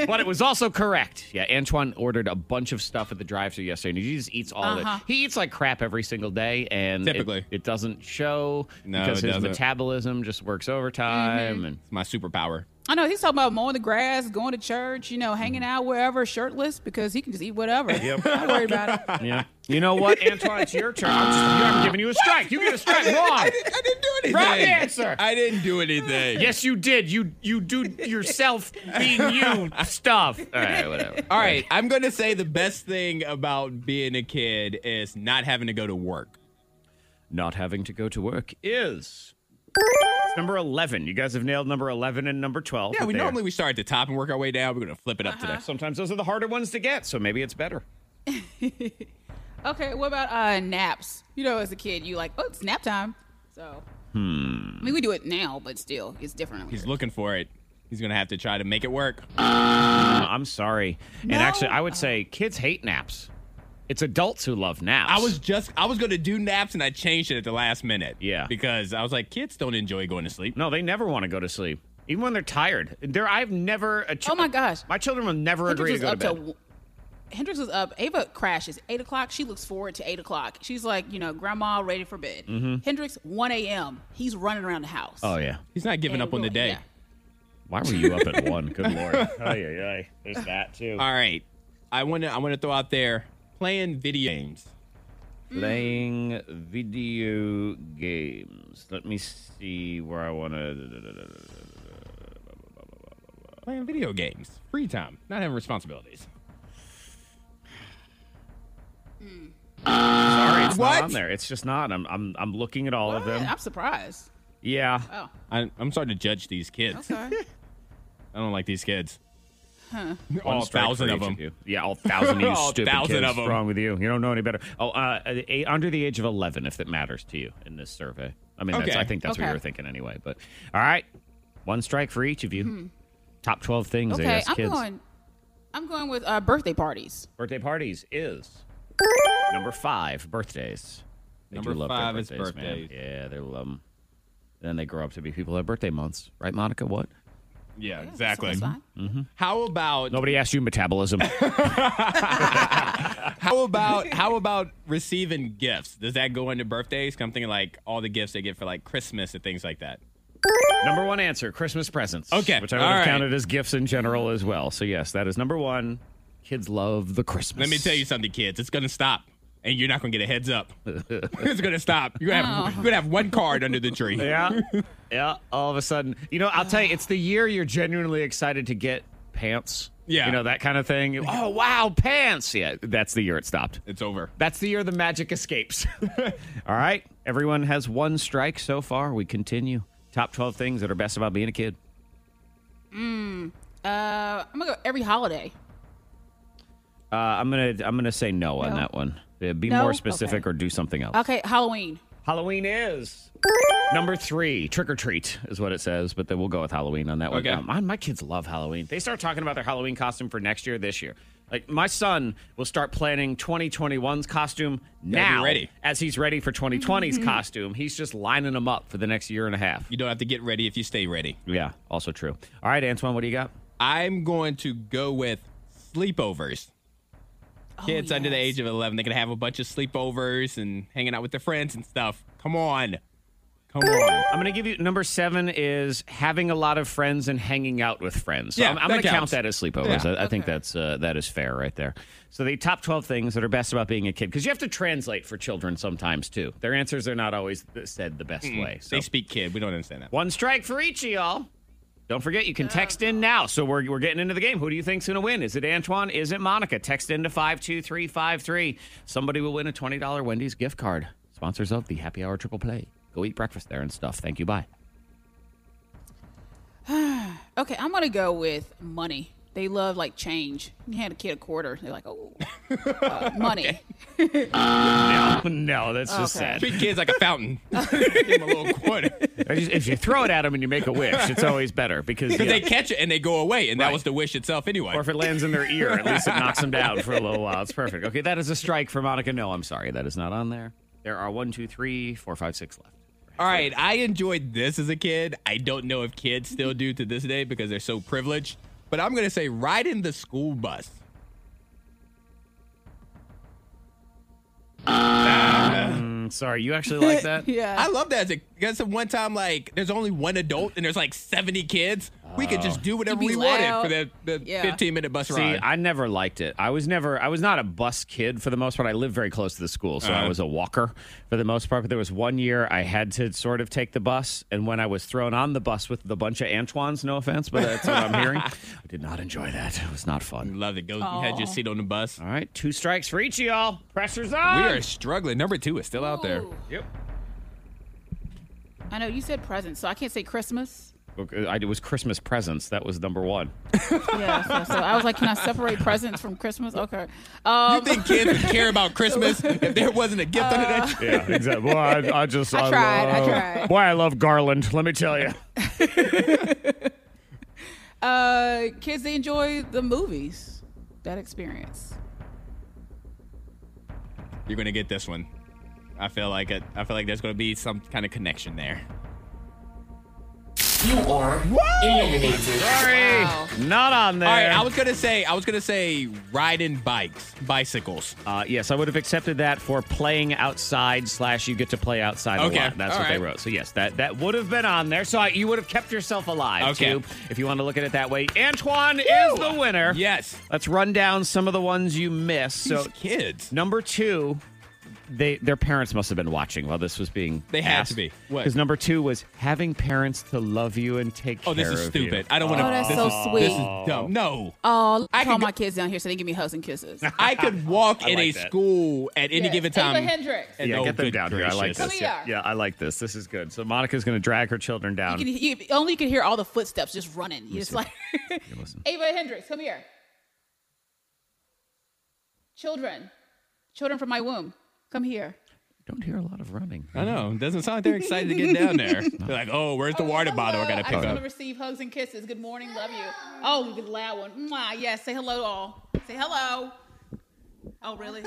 Speaker 1: But it was also correct. Yeah, Antoine ordered a bunch of stuff at the drive thru yesterday, and he just eats all
Speaker 5: Uh-huh.
Speaker 1: of it. He eats like crap every single day, and it-
Speaker 4: Typically.
Speaker 1: it, doesn't show
Speaker 4: No,
Speaker 1: because
Speaker 4: it
Speaker 1: his
Speaker 4: doesn't. Mm-hmm.
Speaker 1: metabolism just works overtime. And
Speaker 4: It's my superpower.
Speaker 5: I know he's talking about mowing the grass, going to church, you know, hanging out wherever, shirtless, because he can just eat whatever. Yep. Don't worry about it.
Speaker 1: Yeah. You know what, Antoine? It's your turn. I'm, just, I'm giving you a strike. You get a strike. Wrong.
Speaker 4: I didn't do anything.
Speaker 1: Wrong answer.
Speaker 4: I didn't do anything.
Speaker 1: Yes, you did. You you do yourself being you stuff. All right, whatever.
Speaker 4: All right. I'm going to say the best thing about being a kid is not having to go to work.
Speaker 1: Not having to go to work is It's number eleven. You guys have nailed number eleven and number twelve.
Speaker 4: Yeah,
Speaker 1: but
Speaker 4: we
Speaker 1: they are-
Speaker 4: normally we start at the top and work our way down. We're going to flip it up today.
Speaker 1: sometimes those are the harder ones to get. So maybe it's better.
Speaker 5: Okay, what about uh naps? You know, as a kid, you like, oh, it's nap time. So, hmm. I mean, we do it now, but still, it's different.
Speaker 4: He's looking for it. He's going to have to try to make it work.
Speaker 1: Uh, I'm sorry. And actually, I would say kids hate naps. It's adults who love naps.
Speaker 4: I was just I was going to do naps and I changed it at the last minute.
Speaker 1: Yeah.
Speaker 4: Because I was like kids don't enjoy going to sleep.
Speaker 1: No, they never want to go to sleep, even when they're tired. There, I've never. A chi-
Speaker 5: Oh my gosh.
Speaker 1: my children will never agree
Speaker 5: Hendrix
Speaker 1: to
Speaker 5: was
Speaker 1: go to
Speaker 5: up
Speaker 1: bed.
Speaker 5: to. Hendrix was up. Ava crashes eight o'clock. She looks forward to eight o'clock. She's like, you know, grandma ready for bed. Hendrix one a.m. He's running around the house.
Speaker 1: oh yeah.
Speaker 4: He's not giving up on the day.
Speaker 5: Yeah.
Speaker 1: Why were you up at one? Good lord. Oh yeah, yeah. There's that too.
Speaker 4: All right. I want to I want to throw out there playing video games.
Speaker 1: Playing video games. Let me see where I want to.
Speaker 4: Playing video games. Free time. Not having responsibilities.
Speaker 1: Sorry, it's
Speaker 4: What?
Speaker 1: not on there. It's just not. I'm I'm I'm looking at all of
Speaker 5: What?
Speaker 1: them.
Speaker 5: I'm surprised.
Speaker 1: Yeah.
Speaker 5: Oh,
Speaker 4: I, I'm starting to judge these kids.
Speaker 5: okay.
Speaker 4: I don't like these kids.
Speaker 1: One
Speaker 4: All
Speaker 1: strike
Speaker 4: thousand
Speaker 1: for
Speaker 4: of
Speaker 1: each
Speaker 4: them.
Speaker 1: you. Yeah, all thousand of you
Speaker 4: All
Speaker 1: stupid
Speaker 4: thousand
Speaker 1: kids.
Speaker 4: of 'em.
Speaker 1: What's wrong with you? You don't know any better. Oh, uh, a- under the age of 11, if that matters to you in this survey. I mean, that's,
Speaker 4: Okay.
Speaker 1: I think that's what
Speaker 5: Okay.
Speaker 1: you were thinking anyway. But all right, one strike for each of you. Top 12 things they
Speaker 5: Hmm. Okay,
Speaker 1: ask
Speaker 5: I'm
Speaker 1: kids.
Speaker 5: going. I'm going with uh, birthday parties.
Speaker 1: Birthday parties is number five. Birthdays. They
Speaker 4: Number
Speaker 1: do love their
Speaker 4: five is
Speaker 1: man.
Speaker 4: birthdays.
Speaker 1: Yeah, they love 'em. Then they grow up to be people who have birthday months, right, Monica? What?
Speaker 4: Yeah, exactly.
Speaker 1: Mm-hmm.
Speaker 4: How about
Speaker 1: Nobody asked you metabolism.
Speaker 4: how about how about receiving gifts? Does that go into birthdays? 'Cause I'm thinking like all the gifts they get for like Christmas and things like that.
Speaker 1: number one answer: Christmas presents.
Speaker 4: Okay,
Speaker 1: which I would
Speaker 4: all
Speaker 1: have
Speaker 4: right.
Speaker 1: counted as gifts in general as well. So yes, that is number one. Kids love the Christmas.
Speaker 4: Let me tell you something, kids. It's gonna stop, and you're not gonna get a heads up. it's gonna stop. You're gonna have you're gonna have one card under the tree.
Speaker 1: Yeah. yeah. All of a sudden, you know, I'll tell you, it's the year you're genuinely excited to get pants.
Speaker 4: Yeah.
Speaker 1: You know, that kind of thing. Oh, wow, pants. Yeah. That's the year it stopped.
Speaker 4: It's over.
Speaker 1: That's the year the magic escapes. all right. Everyone has one strike so far. We continue. Top 12 things that are best about being a kid.
Speaker 5: Mm, uh, I'm gonna go every holiday.
Speaker 1: Uh, I'm going to I'm going to say no, on
Speaker 5: No.
Speaker 1: that one. Uh, Be
Speaker 5: No?
Speaker 1: more specific
Speaker 5: Okay.
Speaker 1: or do something else.
Speaker 5: Okay, Halloween.
Speaker 1: Halloween is Number three, trick or treat is what it says, but then we'll go with Halloween on that one.
Speaker 4: Okay.
Speaker 1: Um, my, my kids love Halloween. They start talking about their Halloween costume for next year, this year. Like my son will start planning 2021's costume
Speaker 4: Gotta be
Speaker 1: now,
Speaker 4: ready.
Speaker 1: as he's ready for 2020's
Speaker 4: Mhm.
Speaker 1: costume. He's just lining them up for the next year and a half.
Speaker 4: You don't have to get ready if you stay ready.
Speaker 1: Yeah, also true. All right, Antoine, what do you got?
Speaker 4: I'm going to go with sleepovers. Kids under the age of 11, they can have a bunch of sleepovers and hanging out with their friends and stuff. Come on. Come on.
Speaker 1: I'm going to give you number seven is having a lot of friends and hanging out with friends. So
Speaker 4: Yeah,
Speaker 1: I'm, I'm
Speaker 4: that
Speaker 1: going to count
Speaker 4: counts.
Speaker 1: that as sleepovers.
Speaker 4: Yeah.
Speaker 1: I, I think that's uh, that is fair right there. So the top 12 things that are best about being a kid because you have to translate for children sometimes too. Their answers are not always th- said the best
Speaker 4: Mm-mm.
Speaker 1: way. So
Speaker 4: Hmm. They speak kid. We don't understand that.
Speaker 1: one strike for each of y'all. Don't forget you can text in now. So we're we're getting into the game. Who do you think's going to win? Is it Antoine? Is it Monica? Text into 52353. Somebody will win a $20 Wendy's gift card. Sponsors of the Happy Hour Triple Play. Go eat breakfast there and stuff. Thank you. Bye.
Speaker 5: okay, I'm gonna go with money. They love like change. You hand a kid a quarter, they're like, oh, uh, money.
Speaker 1: No, no, that's just
Speaker 5: Okay.
Speaker 1: sad.
Speaker 4: Treat kids like a fountain.
Speaker 1: I just- if you throw it at them and you make a wish, it's always better because
Speaker 4: Because
Speaker 1: you know,
Speaker 4: they catch it and they go away, and that was the wish itself anyway.
Speaker 1: or if it lands in their ear, at least it knocks them down for a little while. It's perfect. Okay, that is a strike for Monica. No, I'm sorry, that is not on there. There are one, two, three, four, five, six left.
Speaker 4: All right, I enjoyed this as a kid. I don't know if kids still do to this day because they're so privileged, but I'm going to say riding the school bus.
Speaker 1: Mm, sorry, you actually like that?
Speaker 4: I love that. As a, that's a one time, like, there's only one adult and there's like 70 kids. We could just do whatever
Speaker 5: be
Speaker 4: we
Speaker 5: loud.
Speaker 4: wanted for the, the
Speaker 5: Yeah.
Speaker 4: 15 minute bus
Speaker 1: See,
Speaker 4: ride.
Speaker 1: I never liked it. I was never, I was not a bus kid for the most part. I lived very close to the school, so I
Speaker 4: Uh-huh.
Speaker 1: was a walker for the most part. But there was one year I had to sort of take the bus, and when I was thrown on the bus with the bunch of Antoines, no offense, but that's what I'm hearing. I did not enjoy that. It was not fun.
Speaker 4: Love it. Go. You had your
Speaker 1: Aw.
Speaker 4: seat on the bus.
Speaker 1: All right, two strikes for each of y'all. Pressure's on.
Speaker 4: We are struggling. Number two is still out there.
Speaker 1: Yep.
Speaker 5: I know you said presents, so I can't say Christmas.
Speaker 1: Okay, I- It was Christmas presents. That was number one.
Speaker 5: Yeah, so, so I was like, can I separate presents from Christmas? Okay. Um,
Speaker 4: You think kids would care about Christmas if there wasn't a gift under
Speaker 5: Uh.
Speaker 4: that?
Speaker 1: Yeah, exactly. Well, I, I just
Speaker 5: I tried, I tried.
Speaker 1: Why I love Garland. Let me tell you.
Speaker 5: uh, kids they enjoy the movies, that experience.
Speaker 4: You're gonna get this one. I feel like it. I feel like there's gonna be some kind of connection there.
Speaker 7: You are eliminated.
Speaker 1: Sorry, not on there.
Speaker 4: All right, I was gonna say I was gonna say riding bikes, bicycles.
Speaker 1: Uh, yes, I would have accepted that for playing outside slash you get to play outside
Speaker 4: Okay,
Speaker 1: a lot. That's
Speaker 4: all
Speaker 1: what they
Speaker 4: right.
Speaker 1: wrote. So yes, that that would have been on there. So I, you would have kept yourself alive
Speaker 4: Okay.
Speaker 1: too, if you want to look at it that way. Antoine is the winner.
Speaker 4: Yes.
Speaker 1: Let's run down some of the ones you missed. so
Speaker 4: These kids.
Speaker 1: number two, they their parents must have been watching while this was being.
Speaker 4: They had to be. What?
Speaker 1: Because number two was having parents to love you and take
Speaker 4: Oh,
Speaker 1: care
Speaker 4: this is
Speaker 1: of you.
Speaker 4: stupid. I don't want to.
Speaker 5: Oh, that's
Speaker 4: this
Speaker 5: so
Speaker 4: is,
Speaker 5: sweet.
Speaker 4: This is dumb. No.
Speaker 5: Oh, I
Speaker 4: I
Speaker 5: call
Speaker 4: could go-
Speaker 5: my kids down here so they give me hugs and kisses.
Speaker 4: I could walk
Speaker 1: I
Speaker 4: in
Speaker 1: like
Speaker 4: a
Speaker 1: that.
Speaker 4: school at any
Speaker 5: Yes.
Speaker 4: given
Speaker 5: Ava
Speaker 4: time.
Speaker 5: Hendricks.
Speaker 4: and-
Speaker 1: yeah,
Speaker 4: oh,
Speaker 1: get them
Speaker 4: good
Speaker 1: down here. I like
Speaker 4: gracious.
Speaker 1: this.
Speaker 5: Come
Speaker 1: Yeah,
Speaker 5: here.
Speaker 1: yeah, I like this. This is good. So Monica's going to drag her children down.
Speaker 5: You can, you, only could hear all the footsteps just running. You just
Speaker 1: see.
Speaker 5: like Ava Hendricks, come here. Children, children from my womb, come here.
Speaker 1: Don't hear a lot of running.
Speaker 4: I know. It doesn't sound like they're excited to get down there. They're like, oh, where's the water bottle I got to
Speaker 5: I
Speaker 4: pick
Speaker 5: just want
Speaker 4: up?
Speaker 5: to receive hugs and kisses. Good morning, love you. Oh, good loud one. Mwah, yes, say hello to all. Say hello. Oh, really?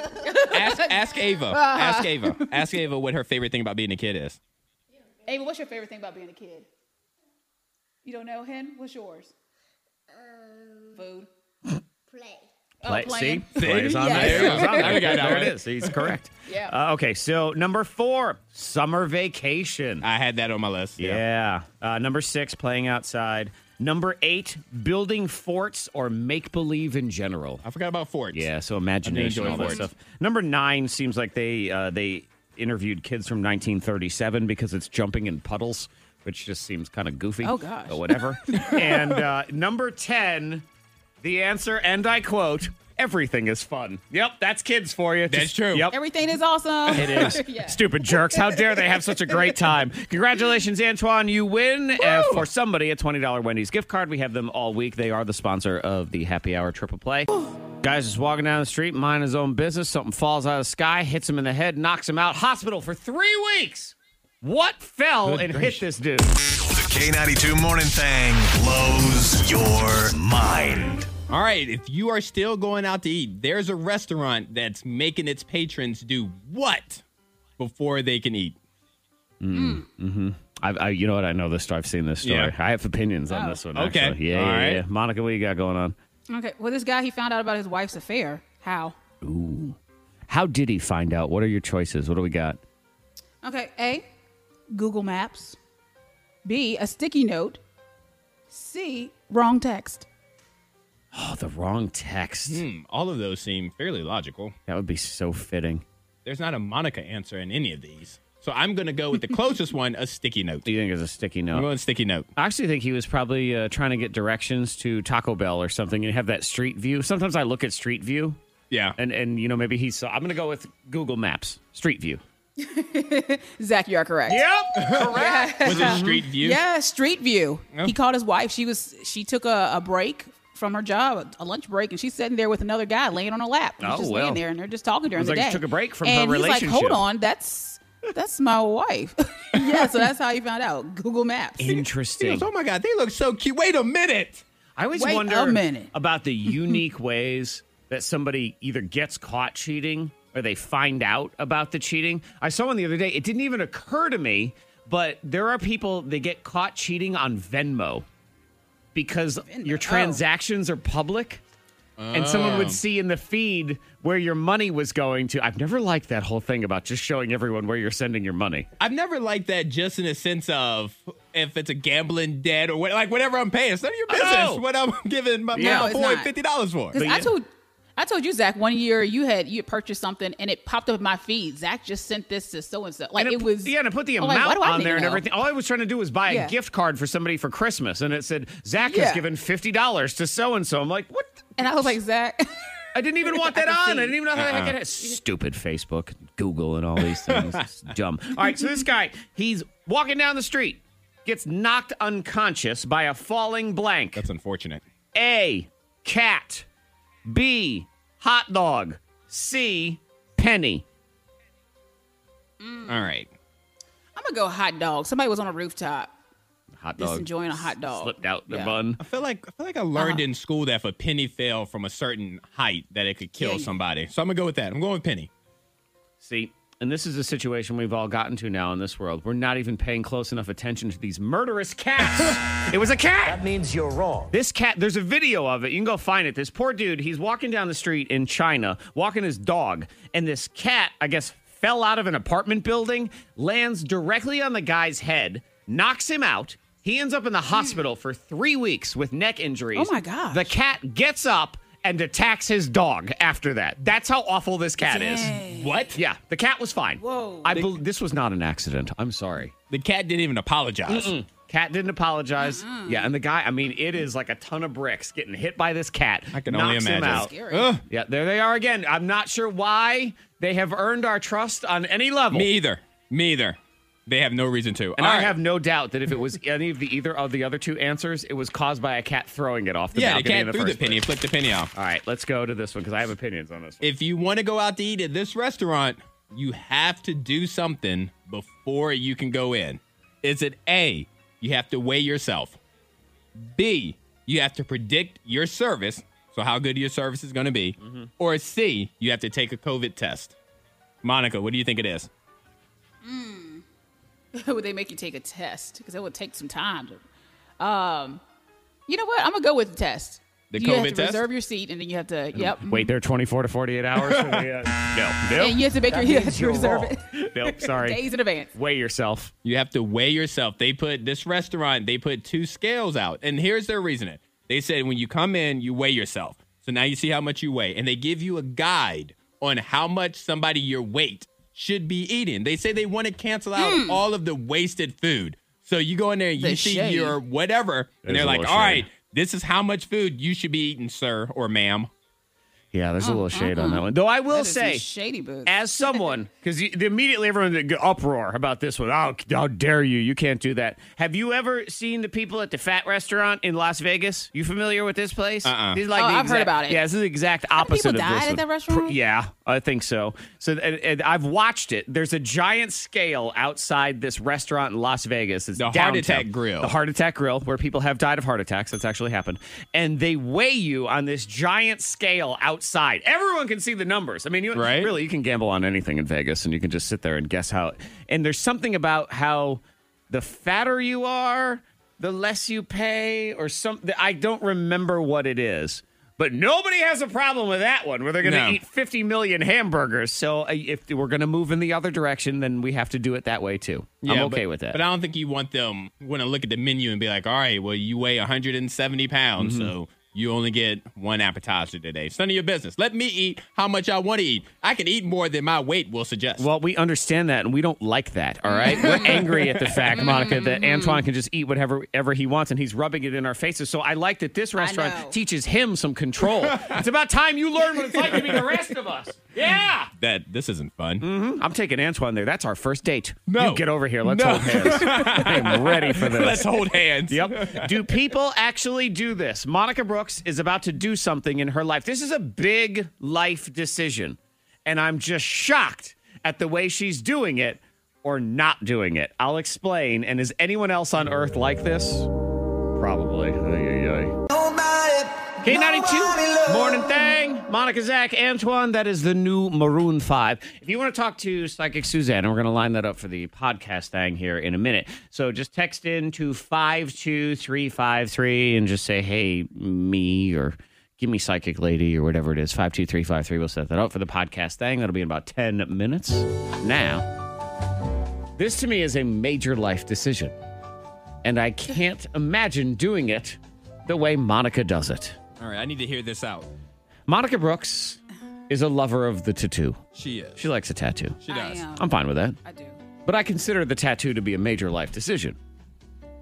Speaker 4: Ask, ask Ava. Ask Ava. Ask Ava what her favorite thing about being a kid is.
Speaker 5: Ava, what's your favorite thing about being a kid? You don't know, Hen? What's yours? Food.
Speaker 3: Play.
Speaker 1: Play, see?
Speaker 5: playing.
Speaker 1: Oh, Play is on
Speaker 5: Yes.
Speaker 1: there. It was on there.
Speaker 4: There we go, that
Speaker 1: There
Speaker 4: one.
Speaker 1: it is. He's correct.
Speaker 5: Yeah.
Speaker 1: Uh, okay, so number four, summer
Speaker 4: Ah,
Speaker 1: vacation. I had that on my list. Yeah. Uh, number six, playing outside. Number eight, building forts or make believe in general. I forgot about forts. Yeah, so imagination,
Speaker 4: enjoy
Speaker 1: all that
Speaker 4: forts.
Speaker 1: stuff. Number nine seems like they uh, they interviewed kids from 1937 because it's jumping in puddles, which just seems kind of goofy.
Speaker 5: Oh, gosh.
Speaker 1: But whatever. and uh, number 10, the answer, and I quote, everything is fun. Yep, that's kids for you. That's true. Yep.
Speaker 5: Everything is awesome.
Speaker 1: It is.
Speaker 5: yeah.
Speaker 1: Stupid jerks. How dare they have such a great time? Congratulations, Antoine. You win uh, for somebody a $20 Wendy's gift card. We have them all week. They are the sponsor of the Happy Hour Triple Play. Guy's just walking down the street, minding his own business. Something falls out of the sky, hits him in the head, knocks him out. Hospital for three weeks. What fell
Speaker 13: Good
Speaker 1: and hit this
Speaker 13: gracious.
Speaker 1: dude?
Speaker 13: The K92 Morning Thing blows your mind.
Speaker 4: All right, if you are still going out to eat, there's a restaurant that's making its patrons do what before they can eat?
Speaker 1: Mm. hmm I, I, you know what? I know this story. I've seen this story.
Speaker 4: Yeah. Oh,
Speaker 1: I have opinions on this one.
Speaker 4: Okay.
Speaker 1: Actually. Yeah,
Speaker 4: All
Speaker 1: yeah,
Speaker 4: right.
Speaker 1: yeah. Monica, what you got going on?
Speaker 5: Okay. Well, this guy, he found out about his wife's affair. How?
Speaker 1: Ooh. How did he find out? What are your choices? What do we got?
Speaker 5: Okay. A, Google Maps. B, a sticky note. C, wrong text.
Speaker 1: Oh, the wrong text.
Speaker 4: Hmm, all of those seem fairly logical.
Speaker 1: That would be so fitting.
Speaker 4: There's not a Monica answer in any of these. So I'm going to go with the closest one, a sticky note.
Speaker 1: You think it's a sticky note?
Speaker 4: I'm going sticky note.
Speaker 1: I actually think he was probably uh, trying to get directions to Taco Bell or something and have that street view. Sometimes I look at street view.
Speaker 4: Yeah.
Speaker 1: And, and you know, maybe he saw. I'm going to go with Google Maps, street view.
Speaker 5: Zach, you are correct.
Speaker 1: Yep.
Speaker 5: Correct.
Speaker 4: Was it Street View?
Speaker 5: Yeah, Street View. He called his wife. She was she took a, a break from her job, a lunch break, and she's sitting there with another guy laying on her lap. He's
Speaker 1: Oh,
Speaker 5: just
Speaker 1: well.
Speaker 5: laying there, and they're just talking during
Speaker 1: It's
Speaker 5: the
Speaker 1: like
Speaker 5: day.
Speaker 1: he took a break from her
Speaker 5: and he's
Speaker 1: relationship.
Speaker 5: Like, Hold on, that's that's my wife. yeah, so that's how you found out. Google Maps.
Speaker 1: Interesting.
Speaker 4: oh my God, they look so cute. Wait a minute.
Speaker 1: I always
Speaker 5: Wait
Speaker 1: wonder
Speaker 5: a minute.
Speaker 1: about the unique ways that somebody either gets caught cheating or they find out about the cheating. I saw one the other day. It didn't even occur to me, but there are people they get caught cheating on Venmo because your transactions are public. And someone
Speaker 4: Oh.
Speaker 1: would see in the feed where your money was going to. I've never liked that whole thing about just showing everyone where you're sending your money.
Speaker 4: I've never liked that just in a sense of if it's a gambling debt or what, like whatever I'm paying, it's none of your business what I'm giving my,
Speaker 5: No,
Speaker 4: my
Speaker 5: it's
Speaker 4: boy
Speaker 5: not.
Speaker 4: $50 for.
Speaker 5: Because I told I told you, Zach, one year you had you had purchased something and it popped up in my feed. Zach just sent this to so and so. Like
Speaker 1: and
Speaker 5: it, was
Speaker 1: yeah, and I put the
Speaker 5: I'm like,
Speaker 1: amount
Speaker 5: why do I
Speaker 1: on
Speaker 5: need
Speaker 1: there
Speaker 5: to
Speaker 1: and
Speaker 5: know?
Speaker 1: everything. All I was trying to do was buy
Speaker 5: Yeah.
Speaker 1: a gift card for somebody for Christmas, and it said Zach has
Speaker 5: Yeah.
Speaker 1: given fifty dollars to so and so. I'm like, what? the-
Speaker 5: And I was like, Zach.
Speaker 1: I didn't even want that
Speaker 5: I can
Speaker 1: on.
Speaker 5: see.
Speaker 1: I didn't even know how the heck it is. Stupid Facebook, Google, and all these things. It's dumb. All right, so this guy, he's walking down the street, gets knocked unconscious by a falling blank. That's
Speaker 4: unfortunate.
Speaker 1: A. Cat. B. Hot dog. C. Penny.
Speaker 5: Hmm.
Speaker 4: All right.
Speaker 5: I'm gonna go hot dog. Somebody was on a rooftop
Speaker 1: Hot
Speaker 5: just
Speaker 4: dog.
Speaker 5: enjoying a hot dog.
Speaker 1: Slipped out the
Speaker 5: Yeah.
Speaker 1: bun.
Speaker 4: I feel like I feel like I learned
Speaker 5: Uh-huh.
Speaker 4: in school that if a penny fell from a certain height, that it could kill
Speaker 1: Yeah, you-
Speaker 4: somebody. So I'm gonna go with that. I'm going with penny.
Speaker 1: See, and this is a situation we've all gotten to now in this world. We're not even paying close enough attention to these murderous cats. it was a cat. That means you're wrong. This cat, there's a video of it. You can go find it. This poor dude, he's walking down the street in China, walking his dog, and this cat, I guess, fell out of an apartment building, lands directly on the guy's head, knocks him out. He ends up in the hospital for three weeks with neck injuries.
Speaker 5: Hmm. Oh, my gosh.
Speaker 1: The cat gets up and attacks his dog after that. That's how awful this cat is. What? Yeah, the cat was fine. Whoa. I bel this was not an accident. I'm sorry.
Speaker 4: The cat didn't even apologize.
Speaker 1: Mm-mm. Cat didn't apologize. Yeah, and the guy, I mean, it is like a ton of bricks getting hit by this cat. I
Speaker 4: can only
Speaker 1: Him
Speaker 4: imagine.
Speaker 1: out.
Speaker 4: Scary. Ugh.
Speaker 1: Yeah, there they are again. I'm not sure why they have earned our trust on any level.
Speaker 4: Me either. Me either. They have no reason to.
Speaker 1: And I have no doubt that if it was any of the either of the other two answers, it was caused by a cat throwing it off the
Speaker 4: yeah, the
Speaker 1: balcony. in
Speaker 4: cat
Speaker 1: the
Speaker 4: threw the
Speaker 1: first
Speaker 4: penny, flipped the penny off.
Speaker 1: All right, let's go to this one because I have opinions on this.
Speaker 4: If you want to go out to eat at this restaurant, you have to do something before you can go in. Is it A, you have to weigh yourself? B, you have to predict your service, so how good your service is going to be,
Speaker 1: Mm-hmm.
Speaker 4: or C, you have to take a COVID test? Monica, what do you think it is?
Speaker 5: would they make you take a test? Because it would take some time. To, um, you know what? I'm gonna go with the test.
Speaker 1: The
Speaker 5: you have
Speaker 1: COVID
Speaker 5: to
Speaker 1: test?
Speaker 5: Reserve your seat, and then you have to. Yep.
Speaker 1: Wait there 24 to 48 hours. for the, uh, no.
Speaker 5: And you have to make your you have to reserve it.
Speaker 1: Nope, sorry.
Speaker 5: Days in advance.
Speaker 1: Weigh yourself.
Speaker 4: You have to weigh yourself. They put this restaurant, they put two scales out. And here's their reasoning. They said when you come in, you weigh yourself. So now you see how much you weigh. And they give you a guide on how much somebody your weight should be eating. They say they want to cancel out all of the wasted food. So you go in there and you
Speaker 14: The
Speaker 4: see
Speaker 14: shade.
Speaker 4: your whatever, and
Speaker 1: There's
Speaker 4: they're
Speaker 1: a
Speaker 4: like, all
Speaker 1: little
Speaker 4: right,
Speaker 1: shade.
Speaker 4: this is how much food you should be eating, sir or ma'am.
Speaker 1: Yeah, there's a
Speaker 5: Oh,
Speaker 1: little shade
Speaker 5: uh-huh.
Speaker 1: on that one. Though I will say,
Speaker 5: shady boots.
Speaker 1: as someone, because immediately everyone did uproar about this one. Oh, how dare you? You can't do that. Have you ever seen the people at the fat restaurant in Las Vegas? You familiar with this place?
Speaker 14: Uh-uh.
Speaker 1: These are like
Speaker 5: Oh,
Speaker 1: the
Speaker 5: I've heard
Speaker 1: exact-
Speaker 5: about it.
Speaker 1: Yeah, this is the exact
Speaker 5: many
Speaker 1: opposite
Speaker 5: people
Speaker 1: of this
Speaker 5: died at
Speaker 1: one.
Speaker 5: that restaurant?
Speaker 1: Pr- yeah, I think so. So and, and I've watched it. There's a giant scale outside this restaurant in Las Vegas. It's the
Speaker 4: Heart Attack Grill.
Speaker 1: The Heart Attack Grill, where people have died of heart attacks. That's actually happened. And they weigh you on this giant scale outside. Everyone can see the numbers. I mean, you,
Speaker 4: Right?
Speaker 1: really, you can gamble on anything in Vegas and you can just sit there and guess how. And there's something about how the fatter you are, the less you pay, or something. I don't remember what it is. But nobody has a problem with that one where they're going to
Speaker 4: No.
Speaker 1: eat 50 million hamburgers. So uh, if we're going to move in the other direction, then we have to do it that way too. I'm
Speaker 4: Yeah,
Speaker 1: okay
Speaker 4: but-
Speaker 1: with that.
Speaker 4: But I don't think you want them want to look at the menu and be like, all right, well, you weigh 170 pounds,
Speaker 1: Mhm.
Speaker 4: so you only get one appetizer today. It's none of your business. Let me eat how much I want to eat. I can eat more than my weight will suggest.
Speaker 1: Well, we understand that, and we don't like that. All right, we're angry at the fact, Monica, that Antoine can just eat whatever ever he wants, and he's rubbing it in our faces. So I like that this restaurant teaches him some control. it's about time you learn what it's like to be the rest of us. Yeah.
Speaker 4: That this isn't fun.
Speaker 1: hmm I'm taking Antoine there. That's our first date.
Speaker 4: No.
Speaker 1: you get over here. Let's
Speaker 4: No.
Speaker 1: hold hands. I'm ready for this.
Speaker 4: Let's hold hands.
Speaker 1: Yep. Do people actually do this? Monica Brooks is about to do something in her life. This is a big life decision. And I'm just shocked at the way she's doing it or not doing it. I'll explain. And is anyone else on earth like this? Probably. Ay, ay, ay. K92, morning thing. Monica, Zach, Antoine, that is the new Maroon 5. If you want to talk to Psychic Suzanne, and we're going to line that up for the podcast thing here in a minute. So just text in to 52353 and just say, hey, me, or give me Psychic Lady, or whatever it is. 52353. We'll set that up for the podcast thing. That'll be in about 10 minutes. Now, this to me is a major life decision, and I can't imagine doing it the way Monica does it.
Speaker 4: All right, I need to hear this out.
Speaker 1: Monica Brooks is a lover of the tattoo.
Speaker 4: She is.
Speaker 1: She likes a tattoo.
Speaker 4: She does. am.
Speaker 1: I'm fine with that.
Speaker 5: I do.
Speaker 1: But I consider the tattoo to be a major life decision.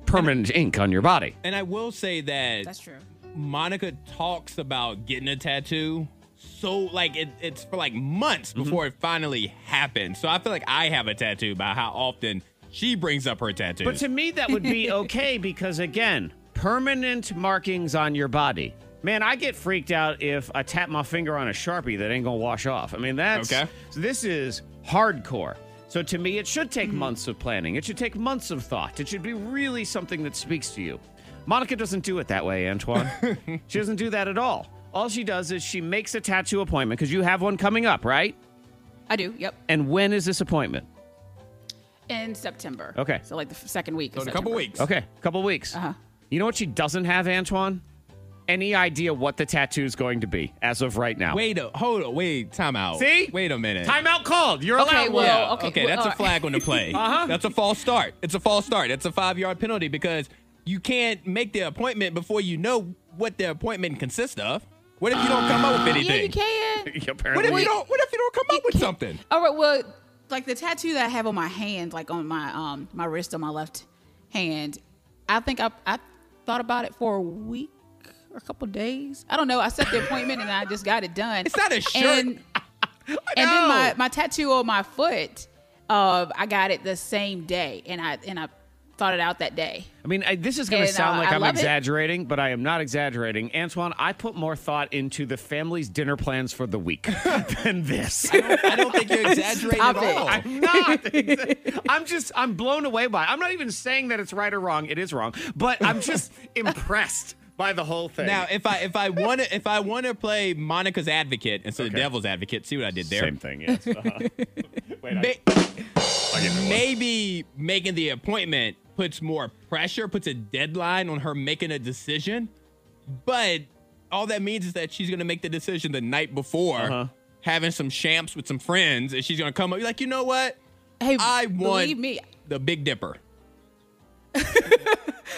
Speaker 1: Permanent ink on your body.
Speaker 4: And I will say that
Speaker 5: That's true.
Speaker 4: Monica talks about getting a tattoo so like it, it's for like months
Speaker 1: Mm-hmm.
Speaker 4: before it finally happens. So I feel like I have a tattoo by how often she brings up her tattoo.
Speaker 1: But to me, that would be okay because, again, permanent markings on your body. Man, I get freaked out if I tap my finger on a Sharpie that ain't gonna wash off. I mean, that's.
Speaker 4: Okay.
Speaker 1: So this is hardcore. So to me, it should take months of planning, it should take months of thought, it should be really something that speaks to you. Monica doesn't do it that way, Antoine. she doesn't do that at all. All she does is she makes a tattoo appointment because you have one coming up, right?
Speaker 5: I do. Yep.
Speaker 1: And when is this appointment?
Speaker 5: In September.
Speaker 1: Okay.
Speaker 5: So like the f- second week.
Speaker 1: So
Speaker 5: of
Speaker 1: in a couple
Speaker 5: September.
Speaker 4: Oh.
Speaker 1: Okay, a couple weeks. Uh-huh. You know what she doesn't have, Antoine? Any idea what the tattoo is going to be as of right now?
Speaker 4: Wait, a, hold on, wait, time out.
Speaker 1: See?
Speaker 4: Wait a minute.
Speaker 1: Timeout called. You're
Speaker 4: okay,
Speaker 1: allowed one.
Speaker 4: yeah, okay, that's a flag on the play.
Speaker 1: uh-huh.
Speaker 4: That's a false start. It's a false start. That's a five yard penalty because you can't make the appointment before you know what the appointment consists of. What if you don't come up with anything?
Speaker 5: Yeah, you can.
Speaker 4: What if you don't? What if you don't come up with something?
Speaker 5: All right. Well, like the tattoo that I have on my hand, like on my um my wrist on my left hand, I think I I thought about it for a week or a couple days. I don't know. I set the appointment and I just got it done. It's not a
Speaker 3: shirt.
Speaker 5: And, and then my my tattoo on my foot, uh, I got it the same day, and I and I thought it out that day.
Speaker 1: I mean, I, this is going to
Speaker 5: And, uh,
Speaker 1: sound like
Speaker 5: I
Speaker 1: I'm
Speaker 5: love it.
Speaker 1: exaggerating, but I am not exaggerating. Antoine, I put more thought into the family's dinner plans for the week than this. I don't,
Speaker 4: think you're exaggerating
Speaker 1: Stop
Speaker 4: at
Speaker 1: it.
Speaker 4: all.
Speaker 1: I'm not. I'm just, I'm blown away by it. I'm not even saying that it's right or wrong. It is wrong. But I'm just impressed by the whole thing.
Speaker 4: Now, if I if I want to if I want to play Monica's advocate instead of devil's advocate, see what I did there.
Speaker 1: Same thing. Yes.
Speaker 4: Maybe making the appointment puts more pressure, puts a deadline on her making a decision, but all that means is that she's going to make the decision the night before,
Speaker 1: Uh-huh.
Speaker 4: having some champs with some friends, and she's going to come up. You're like, you know what?
Speaker 5: Hey,
Speaker 4: I want
Speaker 5: believe me,
Speaker 4: the Big Dipper.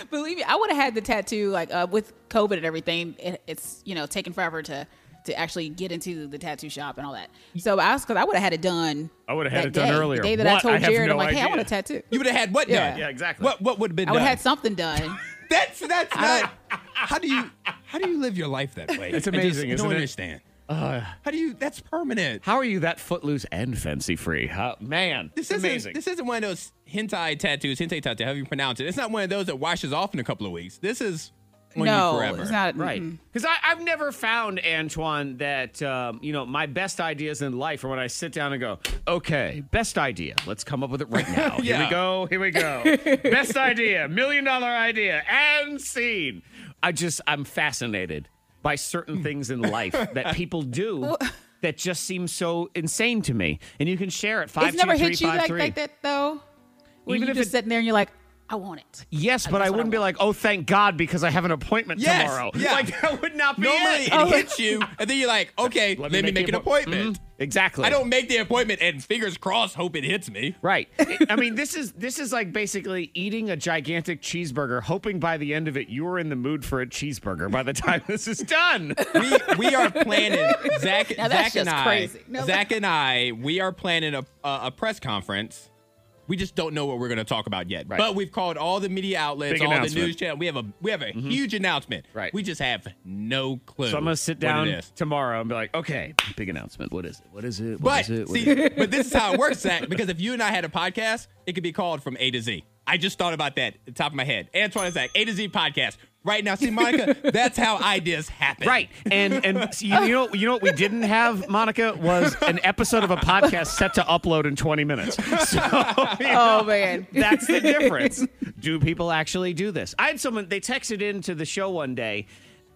Speaker 5: believe me, I would have had the tattoo like uh, with COVID and everything. It, it's you know taken forever to to actually get into the tattoo shop and all that. So I was because I would have had it done.
Speaker 1: I would have had
Speaker 5: that
Speaker 1: it done
Speaker 5: day,
Speaker 1: earlier.
Speaker 5: The day that I
Speaker 1: What?
Speaker 5: told
Speaker 1: I have
Speaker 5: Jared,
Speaker 1: no
Speaker 5: I'm like, hey, I
Speaker 1: idea."
Speaker 5: want a tattoo.
Speaker 4: You would have had what done?
Speaker 1: Yeah, exactly.
Speaker 4: What what would have been
Speaker 5: I would
Speaker 4: done?
Speaker 5: have had something done.
Speaker 4: that's that's not. How do you how do you live your life that way?
Speaker 1: It's
Speaker 4: I just
Speaker 1: amazing, isn't
Speaker 4: don't
Speaker 1: it? Uh.
Speaker 4: understand. how do you? That's permanent.
Speaker 1: How are you that footloose and fancy free? How, man,
Speaker 4: This
Speaker 1: it's
Speaker 4: isn't
Speaker 1: amazing.
Speaker 4: this isn't one of those hentai tattoos, hentai tattoo, however you pronounce it. It's not one of those that washes off in a couple of weeks. This is on you forever.
Speaker 1: right. Because I've never found Antoine that um, you know my best ideas in life are when I sit down and go, okay, best idea. Let's come up with it right now. Here
Speaker 4: Yeah.
Speaker 1: we go. Here we go. best idea, million dollar idea, and scene. I just I'm fascinated by certain things in life that people do. That just seems so insane to me, and you can share it five
Speaker 5: it's never
Speaker 1: two, three,
Speaker 5: hit you
Speaker 1: five,
Speaker 5: like,
Speaker 1: three.
Speaker 5: like that though. Where
Speaker 1: Even
Speaker 5: you
Speaker 1: if
Speaker 5: just
Speaker 1: it-
Speaker 5: sitting there and you're like, I want it.
Speaker 1: Yes, but I wouldn't be like, oh, thank God, because I have an appointment
Speaker 4: Yes,
Speaker 1: tomorrow.
Speaker 4: yeah.
Speaker 1: Like, that would not be
Speaker 4: Normally
Speaker 1: it. Oh,
Speaker 4: it hits you, and then you're like, okay, let, me, make,
Speaker 1: the
Speaker 4: an
Speaker 1: appoint- Mm-hmm.
Speaker 4: appointment.
Speaker 1: Exactly.
Speaker 4: I don't make the appointment and fingers crossed hope it hits me.
Speaker 1: Right. It- I mean, this is this is like basically eating a gigantic cheeseburger, hoping by the end of it you are in the mood for a cheeseburger by the time this is done.
Speaker 4: We we are planning Zach
Speaker 5: Now that's
Speaker 4: Zach and
Speaker 5: just
Speaker 4: I
Speaker 5: crazy. No,
Speaker 4: Zach and I we are planning a, a a press conference. We just don't know what we're going to talk about yet.
Speaker 1: Right.
Speaker 4: But we've called all the media outlets,
Speaker 1: Big
Speaker 4: all the
Speaker 1: announcement. Mm-hmm.
Speaker 4: news channel. We have a we have a huge announcement.
Speaker 1: Right.
Speaker 4: We just have no clue.
Speaker 1: So I'm gonna sit
Speaker 4: what it
Speaker 1: down
Speaker 4: is.
Speaker 1: tomorrow and be like, okay, big announcement. What is it? What is it? What is
Speaker 4: But
Speaker 1: it? What is
Speaker 4: see,
Speaker 1: it?
Speaker 4: but this is how it works, Zach. Because if you and I had a podcast, it could be called from A to Z. I just thought about that at the top of my head. Antoine and Zach, A to Z podcast. Right now, see, Monica, that's how ideas happen.
Speaker 1: Right. And and see, you, you know you know what we didn't have, Monica, was an episode of a podcast set to upload in 20 minutes. So you know,
Speaker 5: Oh man.
Speaker 1: That's the difference. do people actually do this? I had someone, they texted into the show one day.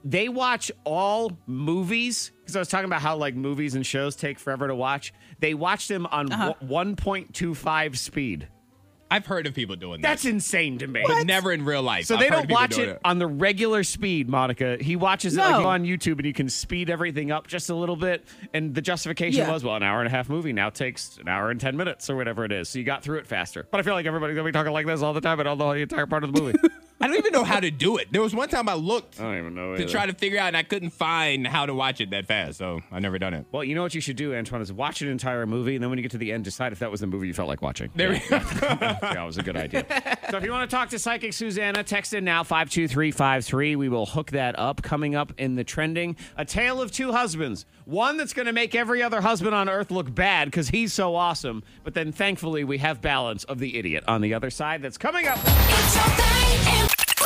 Speaker 1: They watch all movies because I was talking about how like movies and shows take forever to watch. They watch them on one- 1.25 speed.
Speaker 4: I've heard of people doing that.
Speaker 1: That's insane to me.
Speaker 4: but never in real life.
Speaker 1: So
Speaker 4: I've
Speaker 1: they
Speaker 4: heard of
Speaker 1: don't
Speaker 4: people
Speaker 1: watch
Speaker 4: doing
Speaker 1: it, on the regular speed, Monica. He watches it like
Speaker 5: No.
Speaker 1: on YouTube, and you can speed everything up just a little bit. And the justification
Speaker 5: Yeah.
Speaker 1: was, well, an hour and a half movie now takes an hour and ten minutes or whatever it is, so you got through it faster. But I feel like everybody's gonna be talking like this all the time, and all the whole entire part of the movie.
Speaker 4: I don't even know how to do it. There was one time I looked
Speaker 1: I don't even know.
Speaker 4: to
Speaker 1: either.
Speaker 4: try to figure out, and I couldn't find how to watch it that fast. So I've never done it.
Speaker 1: Well, you know what you should do, Antoine, is watch an entire movie, and then when you get to the end, decide if that was the movie you felt like watching.
Speaker 4: There we go.
Speaker 1: that was a good idea. So if you want to talk to Psychic Susanna, text in now 52353. We will hook that up. Coming up in the trending, a tale of two husbands. One that's going to make every other husband on earth look bad because he's so awesome. But then thankfully, we have balance of the idiot on the other side. That's coming up.
Speaker 13: The